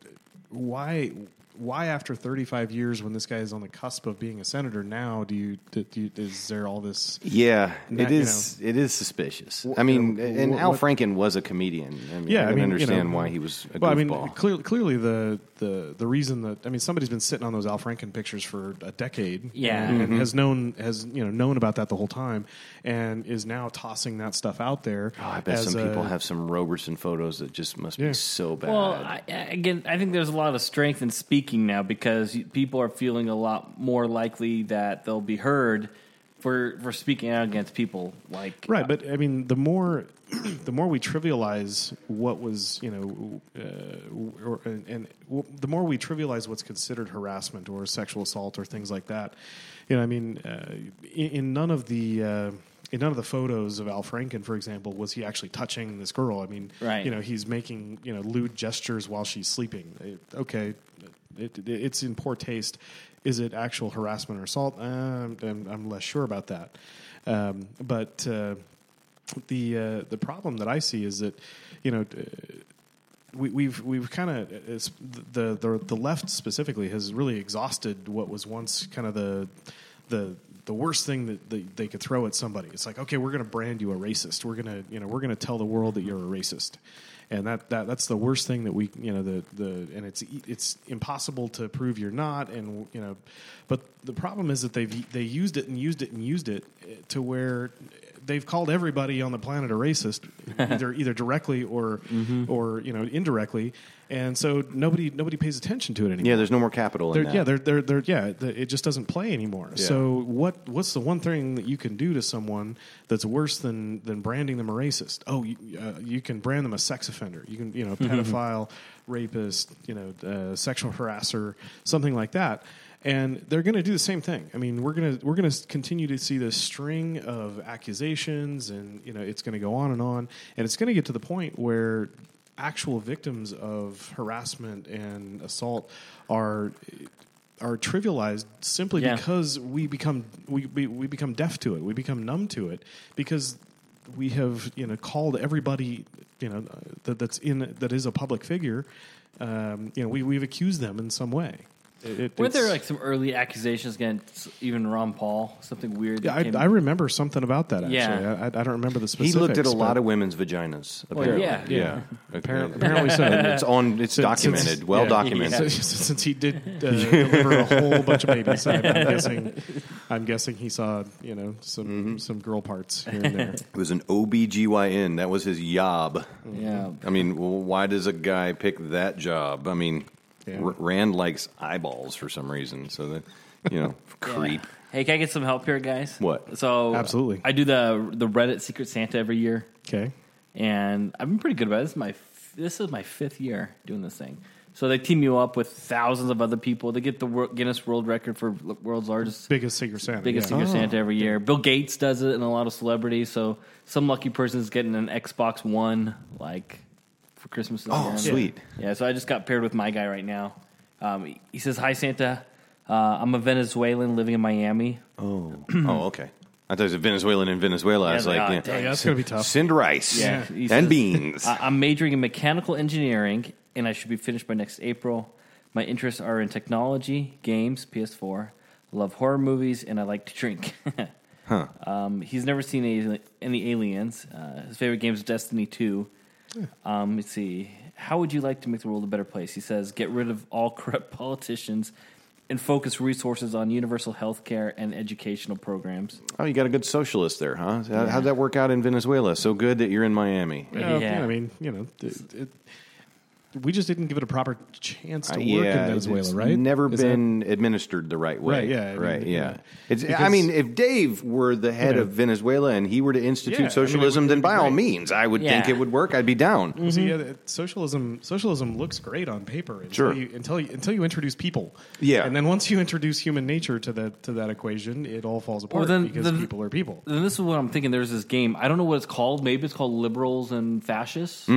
Speaker 5: why why after 35 years when this guy is on the cusp of being a senator now do you, do you is there all this
Speaker 3: Yeah,
Speaker 5: Not-
Speaker 3: it
Speaker 5: you
Speaker 3: is it is suspicious. I mean,
Speaker 5: uh,
Speaker 3: and
Speaker 5: wh-
Speaker 3: Al
Speaker 5: what-
Speaker 3: Franken was a comedian. I mean, I,
Speaker 5: yeah, I,
Speaker 3: can
Speaker 5: mean,
Speaker 3: understand
Speaker 5: you know,
Speaker 3: why he was a
Speaker 5: well, I mean,
Speaker 3: goofball.
Speaker 5: clearly, clearly the, the the reason that I mean, somebody's been sitting on those Al Franken pictures for a decade,
Speaker 4: Yeah.
Speaker 3: Mm-hmm.
Speaker 5: and, and has known has you know known about that the whole time, and is now tossing that stuff out there.
Speaker 3: Oh, I bet
Speaker 5: as
Speaker 3: some
Speaker 5: a-
Speaker 3: people have some Roberson photos that just must
Speaker 5: Yeah.
Speaker 3: be so bad.
Speaker 5: Uh,
Speaker 4: Well, I, I- again, I think there's a lot of strength in speaking now because you- people are feeling a lot more likely that they'll be heard for for speaking out against people like
Speaker 5: Right, but I mean, the more the more we trivialize what was, you know, uh, or, and, and w- the more we trivialize what's considered harassment or sexual assault or things like that. You know, I mean, uh, in, in none of the uh, in none of the photos of Al Franken, for example, was he actually touching this girl. I mean,
Speaker 4: Right.
Speaker 5: you know, he's making you know lewd gestures while she's sleeping. It- okay, it, it- it's in poor taste. Is it actual harassment or assault? Uh, I'm, I'm, I'm less sure about that. Um, but uh, the uh, the problem that I see is that you know we, we've we've kind of the the the left specifically has really exhausted what was once kind of the the the worst thing that they, they could throw at somebody. It's like, okay, we're going to brand you a racist. We're going to you know we're going to tell the world that you're a racist, and that, that that's the worst thing that we you know the the and it's e- it's impossible to prove you're not, and you know, but the problem is that they've they used it and used it and used it eh, to where they've called everybody on the planet a racist, either either directly or or you know indirectly, and so nobody nobody pays attention to it anymore.
Speaker 3: Yeah, there's no more capital in
Speaker 5: They're-
Speaker 3: that.
Speaker 5: yeah, they're, they're, they're, yeah, the, it just doesn't play anymore.
Speaker 3: Yeah.
Speaker 5: So what what's the one thing that you can do to someone that's worse than than branding them a racist? Oh, you, uh, you can brand them a sex offender. You can you know pedophile, rapist, you know uh, sexual harasser, something like that. And they're going to do the same thing. I mean, we're going to we're going to continue to see this string of accusations, and you know it's going to go on and on, and it's going to get to the point where actual victims of harassment and assault are are trivialized simply
Speaker 4: Yeah.
Speaker 5: because we become we, we we become deaf to it. We become numb to it because we have you know called everybody you know that that's in that is a public figure. Um, you know we we've accused them in some way. It, it-
Speaker 4: Were there
Speaker 5: it's-
Speaker 4: like some early accusations against even Ron Paul? Something weird.
Speaker 5: Yeah,
Speaker 4: that came-
Speaker 5: I, I remember something about that actually.
Speaker 4: Yeah.
Speaker 5: I, I don't remember the
Speaker 3: He
Speaker 5: specifics.
Speaker 3: looked at a
Speaker 5: but-
Speaker 3: lot of women's vaginas. Apparently.
Speaker 4: yeah.
Speaker 3: yeah.
Speaker 5: Apparently- apparently so.
Speaker 3: And it's on. It's
Speaker 5: Since-
Speaker 3: documented.
Speaker 5: since-
Speaker 3: well
Speaker 5: yeah.
Speaker 3: documented.
Speaker 5: Since, since he did uh, deliver a whole bunch of babies, I'm, I'm guessing, I'm guessing he saw you know some
Speaker 3: Mm-hmm.
Speaker 5: some girl parts here and there.
Speaker 3: It was an OBGYN. That was his job.
Speaker 4: yeah.
Speaker 3: I mean, well, why does a guy pick that job? I mean,
Speaker 5: Yeah.
Speaker 3: R- Rand likes eyeballs for some reason. So that, you know, creep.
Speaker 4: Hey, can I get some help here, guys?
Speaker 3: What?
Speaker 4: So
Speaker 5: Absolutely.
Speaker 4: I do the the Reddit Secret Santa every year,
Speaker 5: Okay.
Speaker 4: and I've been pretty good about it. This is my f- this is my fifth year doing this thing. So they team you up with thousands of other people. They get the wor- Guinness World Record for l- world's largest
Speaker 5: Biggest Secret Santa.
Speaker 4: biggest
Speaker 5: yeah. Oh.
Speaker 4: Secret Santa every year. Bill Gates does it, and a lot of celebrities. So some lucky person's getting an Xbox One like for Christmas. this
Speaker 3: Oh,
Speaker 4: year.
Speaker 3: sweet.
Speaker 4: Yeah, so I just got paired with my guy right now. Um, he- he says, "Hi, Santa. Uh, I'm a Venezuelan living in Miami.
Speaker 3: Oh, oh, okay. I thought it was a Venezuelan in Venezuela. I
Speaker 4: Yeah,
Speaker 3: was
Speaker 4: they
Speaker 3: like,
Speaker 4: are.
Speaker 3: yeah.
Speaker 4: Dang.
Speaker 5: Oh, Hmm. yeah, that's gonna be tough.
Speaker 3: Send rice
Speaker 4: Yeah. He
Speaker 3: and
Speaker 4: says-
Speaker 3: beans.
Speaker 4: I- I'm majoring in mechanical engineering, and I should be finished by next April. My interests are in technology, games, PS4. I love horror movies, and I like to drink."
Speaker 3: Huh.
Speaker 4: Um, he's never seen any, any aliens. Uh, his favorite game is Destiny 2. Um, let's see. How would you like to make the world a better place? He says, get rid of all corrupt politicians and focus resources on universal health care and educational programs.
Speaker 3: Oh, you got a good socialist there, huh? How- How'd that work out in Venezuela? So good that you're in Miami.
Speaker 5: Yeah,
Speaker 4: Yeah.
Speaker 5: I mean, you know, it, it, we just didn't give it a proper chance to
Speaker 3: Uh,
Speaker 5: work
Speaker 3: yeah,
Speaker 5: in Venezuela,
Speaker 3: it's
Speaker 5: right?
Speaker 3: Never
Speaker 5: Is that-
Speaker 3: been administered the right way.
Speaker 5: Right, yeah, I mean,
Speaker 3: right.
Speaker 5: yeah.
Speaker 3: Yeah. It's. I
Speaker 5: Because-
Speaker 3: mean, if Dave were the head
Speaker 5: Yeah.
Speaker 3: of Venezuela and he were to institute
Speaker 5: Yeah, I mean, it would-
Speaker 3: socialism,
Speaker 5: it
Speaker 3: then
Speaker 5: would
Speaker 3: by
Speaker 5: be
Speaker 3: all
Speaker 5: great.
Speaker 3: means, I would think
Speaker 4: Yeah.
Speaker 3: it would work. I'd be down.
Speaker 5: See,
Speaker 4: Mm-hmm.
Speaker 5: yeah, that- socialism socialism looks great on paper until
Speaker 3: Sure.
Speaker 5: you until you, until you introduce people.
Speaker 3: Yeah.
Speaker 5: and then once you introduce human nature to that to that equation, it all falls apart
Speaker 4: then
Speaker 5: because
Speaker 4: the-
Speaker 5: people are people.
Speaker 4: Then this is what I'm thinking. There's this game. I don't know what it's called. Maybe it's called Liberals and Fascists.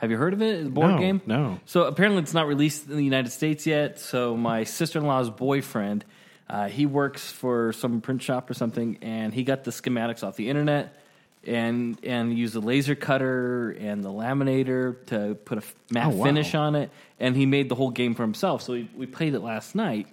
Speaker 4: Have you heard of it? It's a board
Speaker 5: No,
Speaker 4: game?
Speaker 5: no.
Speaker 4: So apparently it's not released in the United States yet. So my sister in law's boyfriend, uh, he works for some print shop or something, and he got the schematics off the internet and and used the laser cutter and the laminator to put a f- matte
Speaker 5: Oh, wow.
Speaker 4: finish on it, and he made the whole game for himself. So we, we played it last night,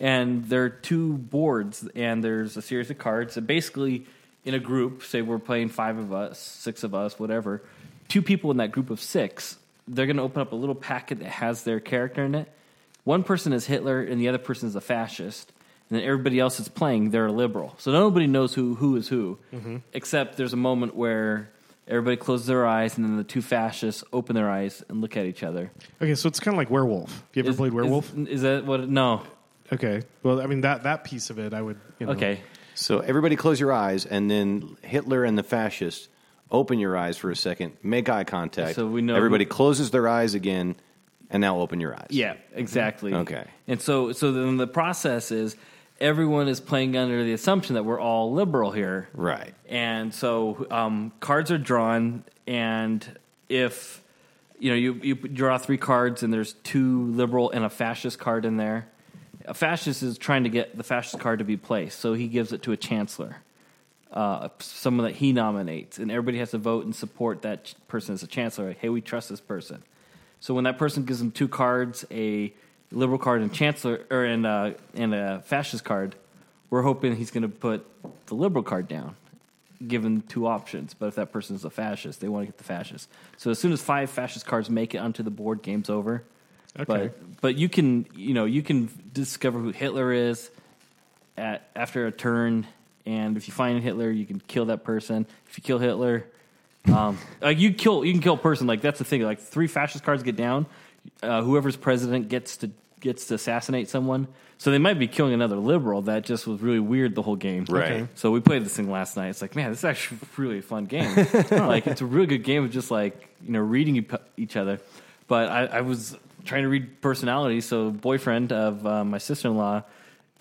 Speaker 4: and there are two boards, and there's a series of cards, and basically in a group, say we're playing five of us, six of us, whatever, two people in that group of six, they're going to open up a little packet that has their character in it. One person is Hitler, and the other person is a fascist. And then everybody else that's playing, they're a liberal. So nobody knows who, who is who, except there's a moment where everybody closes their eyes, and then the two fascists open their eyes and look at each other.
Speaker 5: Okay, so it's kind of like werewolf. You ever
Speaker 4: Is-
Speaker 5: played werewolf?
Speaker 4: Is, is that what? No.
Speaker 5: okay, well, I mean that that piece of it, I would. You know,
Speaker 4: Okay.
Speaker 3: So everybody close your eyes, and then Hitler and the fascists open your eyes for a second, make eye contact.
Speaker 4: So we know-
Speaker 3: everybody closes their eyes again, and now open your eyes.
Speaker 4: Yeah, exactly.
Speaker 3: Okay.
Speaker 4: And so, so then the process is everyone is playing under the assumption that we're all liberal here,
Speaker 3: Right.
Speaker 4: And so um, cards are drawn, and if you know you you draw three cards, and there's two liberal and a fascist card in there. A fascist is trying to get the fascist card to be placed, so he gives it to a chancellor, uh, someone that he nominates, and everybody has to vote and support that ch- person as a chancellor. Like, hey, we trust this person. So when that person gives them two cards, a liberal card and chancellor, or and a, and a fascist card, we're hoping he's going to put the liberal card down, given two options. But if that person is a fascist, they want to get the fascist. So as soon as five fascist cards make it onto the board, game's over.
Speaker 5: Okay.
Speaker 4: But but you can you know you can discover who Hitler is at after a turn, and if you find Hitler, you can kill that person. If you kill Hitler, um, like you kill you can kill a person. Like that's the thing. Like three fascist cards get down, uh, whoever's president gets to gets to assassinate someone. So they might be killing another liberal. That just was really weird the whole game.
Speaker 3: Right. Okay.
Speaker 4: So we played this thing last night. It's like, man, this is actually a really fun game. like it's a really good game of just like you know reading e- each other. But I, I was trying to read personality. So boyfriend of uh, my sister in law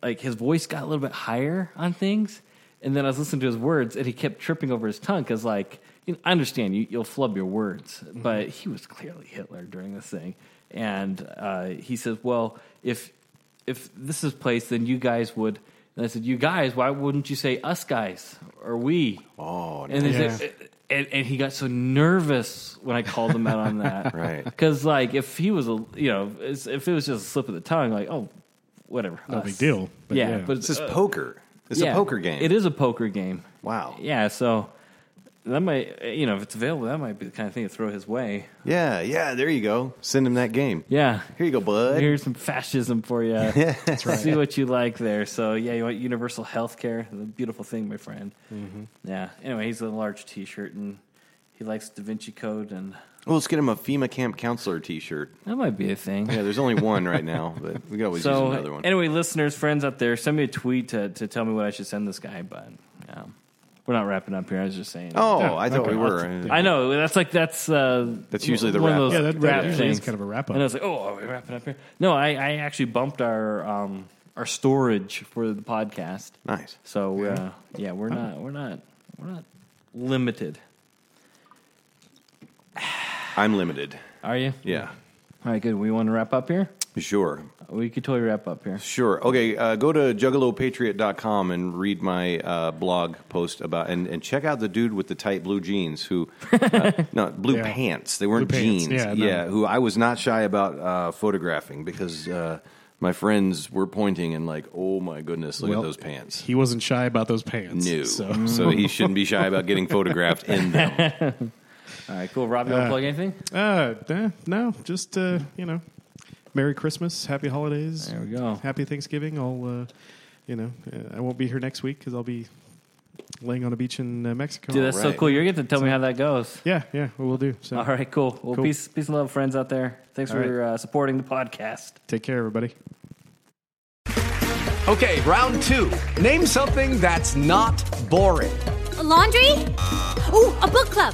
Speaker 4: like his voice got a little bit higher on things, and then I was listening to his words, and he kept tripping over his tongue because, like, you know, I understand you, you'll flub your words, but he was clearly Hitler during this thing, and uh, he says, "Well, if if this is place, then you guys would." And I said, "You guys, why wouldn't you say us guys or we?" Oh, and, they
Speaker 5: nice.
Speaker 4: said- eh, and, and he got so nervous when I called him out on that,
Speaker 3: Right.
Speaker 4: Because like if he was a you know if if it was just a slip of the tongue, like oh whatever,
Speaker 5: No
Speaker 4: us.
Speaker 5: big deal, but
Speaker 4: yeah,
Speaker 5: yeah.
Speaker 4: but
Speaker 3: This is poker. It's
Speaker 4: yeah,
Speaker 3: a poker game.
Speaker 4: It is a poker game.
Speaker 3: Wow.
Speaker 4: Yeah, so that might you know if it's available, that might be the kind of thing to throw his way.
Speaker 3: Yeah, yeah. There you go. Send him that game.
Speaker 4: Yeah.
Speaker 3: Here you go, bud.
Speaker 4: Here's some fascism for you. That's right. See what you like there. So yeah, you want universal health care? The beautiful thing, my friend.
Speaker 3: Mm-hmm.
Speaker 4: Yeah. Anyway, he's a large T-shirt and he likes Da Vinci Code, and
Speaker 3: well, let's get him a FEMA camp counselor T-shirt.
Speaker 4: that might be a thing.
Speaker 3: Yeah, there's only one right now, but we can always
Speaker 4: so
Speaker 3: use another one.
Speaker 4: anyway, listeners, friends out there, send me a tweet to, to tell me what I should send this guy. But um, we're not wrapping up here. I was just saying.
Speaker 3: oh,
Speaker 5: Yeah,
Speaker 3: I thought
Speaker 5: okay.
Speaker 3: we were.
Speaker 4: I know that's like that's uh,
Speaker 3: That's usually the
Speaker 4: one
Speaker 3: wrap
Speaker 4: Of
Speaker 3: up.
Speaker 4: those
Speaker 5: Yeah, that- that
Speaker 4: wrap
Speaker 5: usually is
Speaker 4: things.
Speaker 5: kind of a wrap up.
Speaker 4: And I was like, oh, are we wrapping up here? No, I, I actually bumped our um, our storage for the podcast.
Speaker 3: nice.
Speaker 4: So yeah, uh, yeah we're not we're not we're not limited.
Speaker 3: I'm limited.
Speaker 4: Are you?
Speaker 3: Yeah.
Speaker 4: All right, good. We want to wrap up here.
Speaker 3: Sure.
Speaker 4: We could totally wrap up here.
Speaker 3: Sure. Okay. Uh, go to juggalopatriot.com and read my uh, blog post about and, and check out the dude with the tight blue jeans who, uh, no, blue
Speaker 5: Yeah.
Speaker 3: pants. They weren't
Speaker 5: Blue pants.
Speaker 3: jeans.
Speaker 5: Yeah, no.
Speaker 3: Who I was not shy about uh, photographing because uh, my friends were pointing and like, oh my goodness, look
Speaker 5: Well,
Speaker 3: at those pants.
Speaker 5: He wasn't shy about those pants.
Speaker 3: New.
Speaker 5: So.
Speaker 3: So. he shouldn't be shy about getting photographed in them.
Speaker 4: All right, cool. Rob, you want to plug anything?
Speaker 5: Uh, eh, no, just uh, you know, Merry Christmas, Happy Holidays.
Speaker 4: There we go.
Speaker 5: Happy Thanksgiving. I'll, uh, you know, uh, I won't be here next week because I'll be laying on a beach in uh, Mexico.
Speaker 4: Dude, that's so
Speaker 3: right.
Speaker 4: cool. You're going to tell me how that goes.
Speaker 5: yeah, yeah, we will do. So,
Speaker 4: All right, cool. Well,
Speaker 5: Cool.
Speaker 4: peace, peace and love, friends out there. Thanks
Speaker 5: All
Speaker 4: for uh, supporting the podcast.
Speaker 5: take care, everybody.
Speaker 7: Okay, round two. Name something that's not boring.
Speaker 8: A laundry? Ooh, a book club.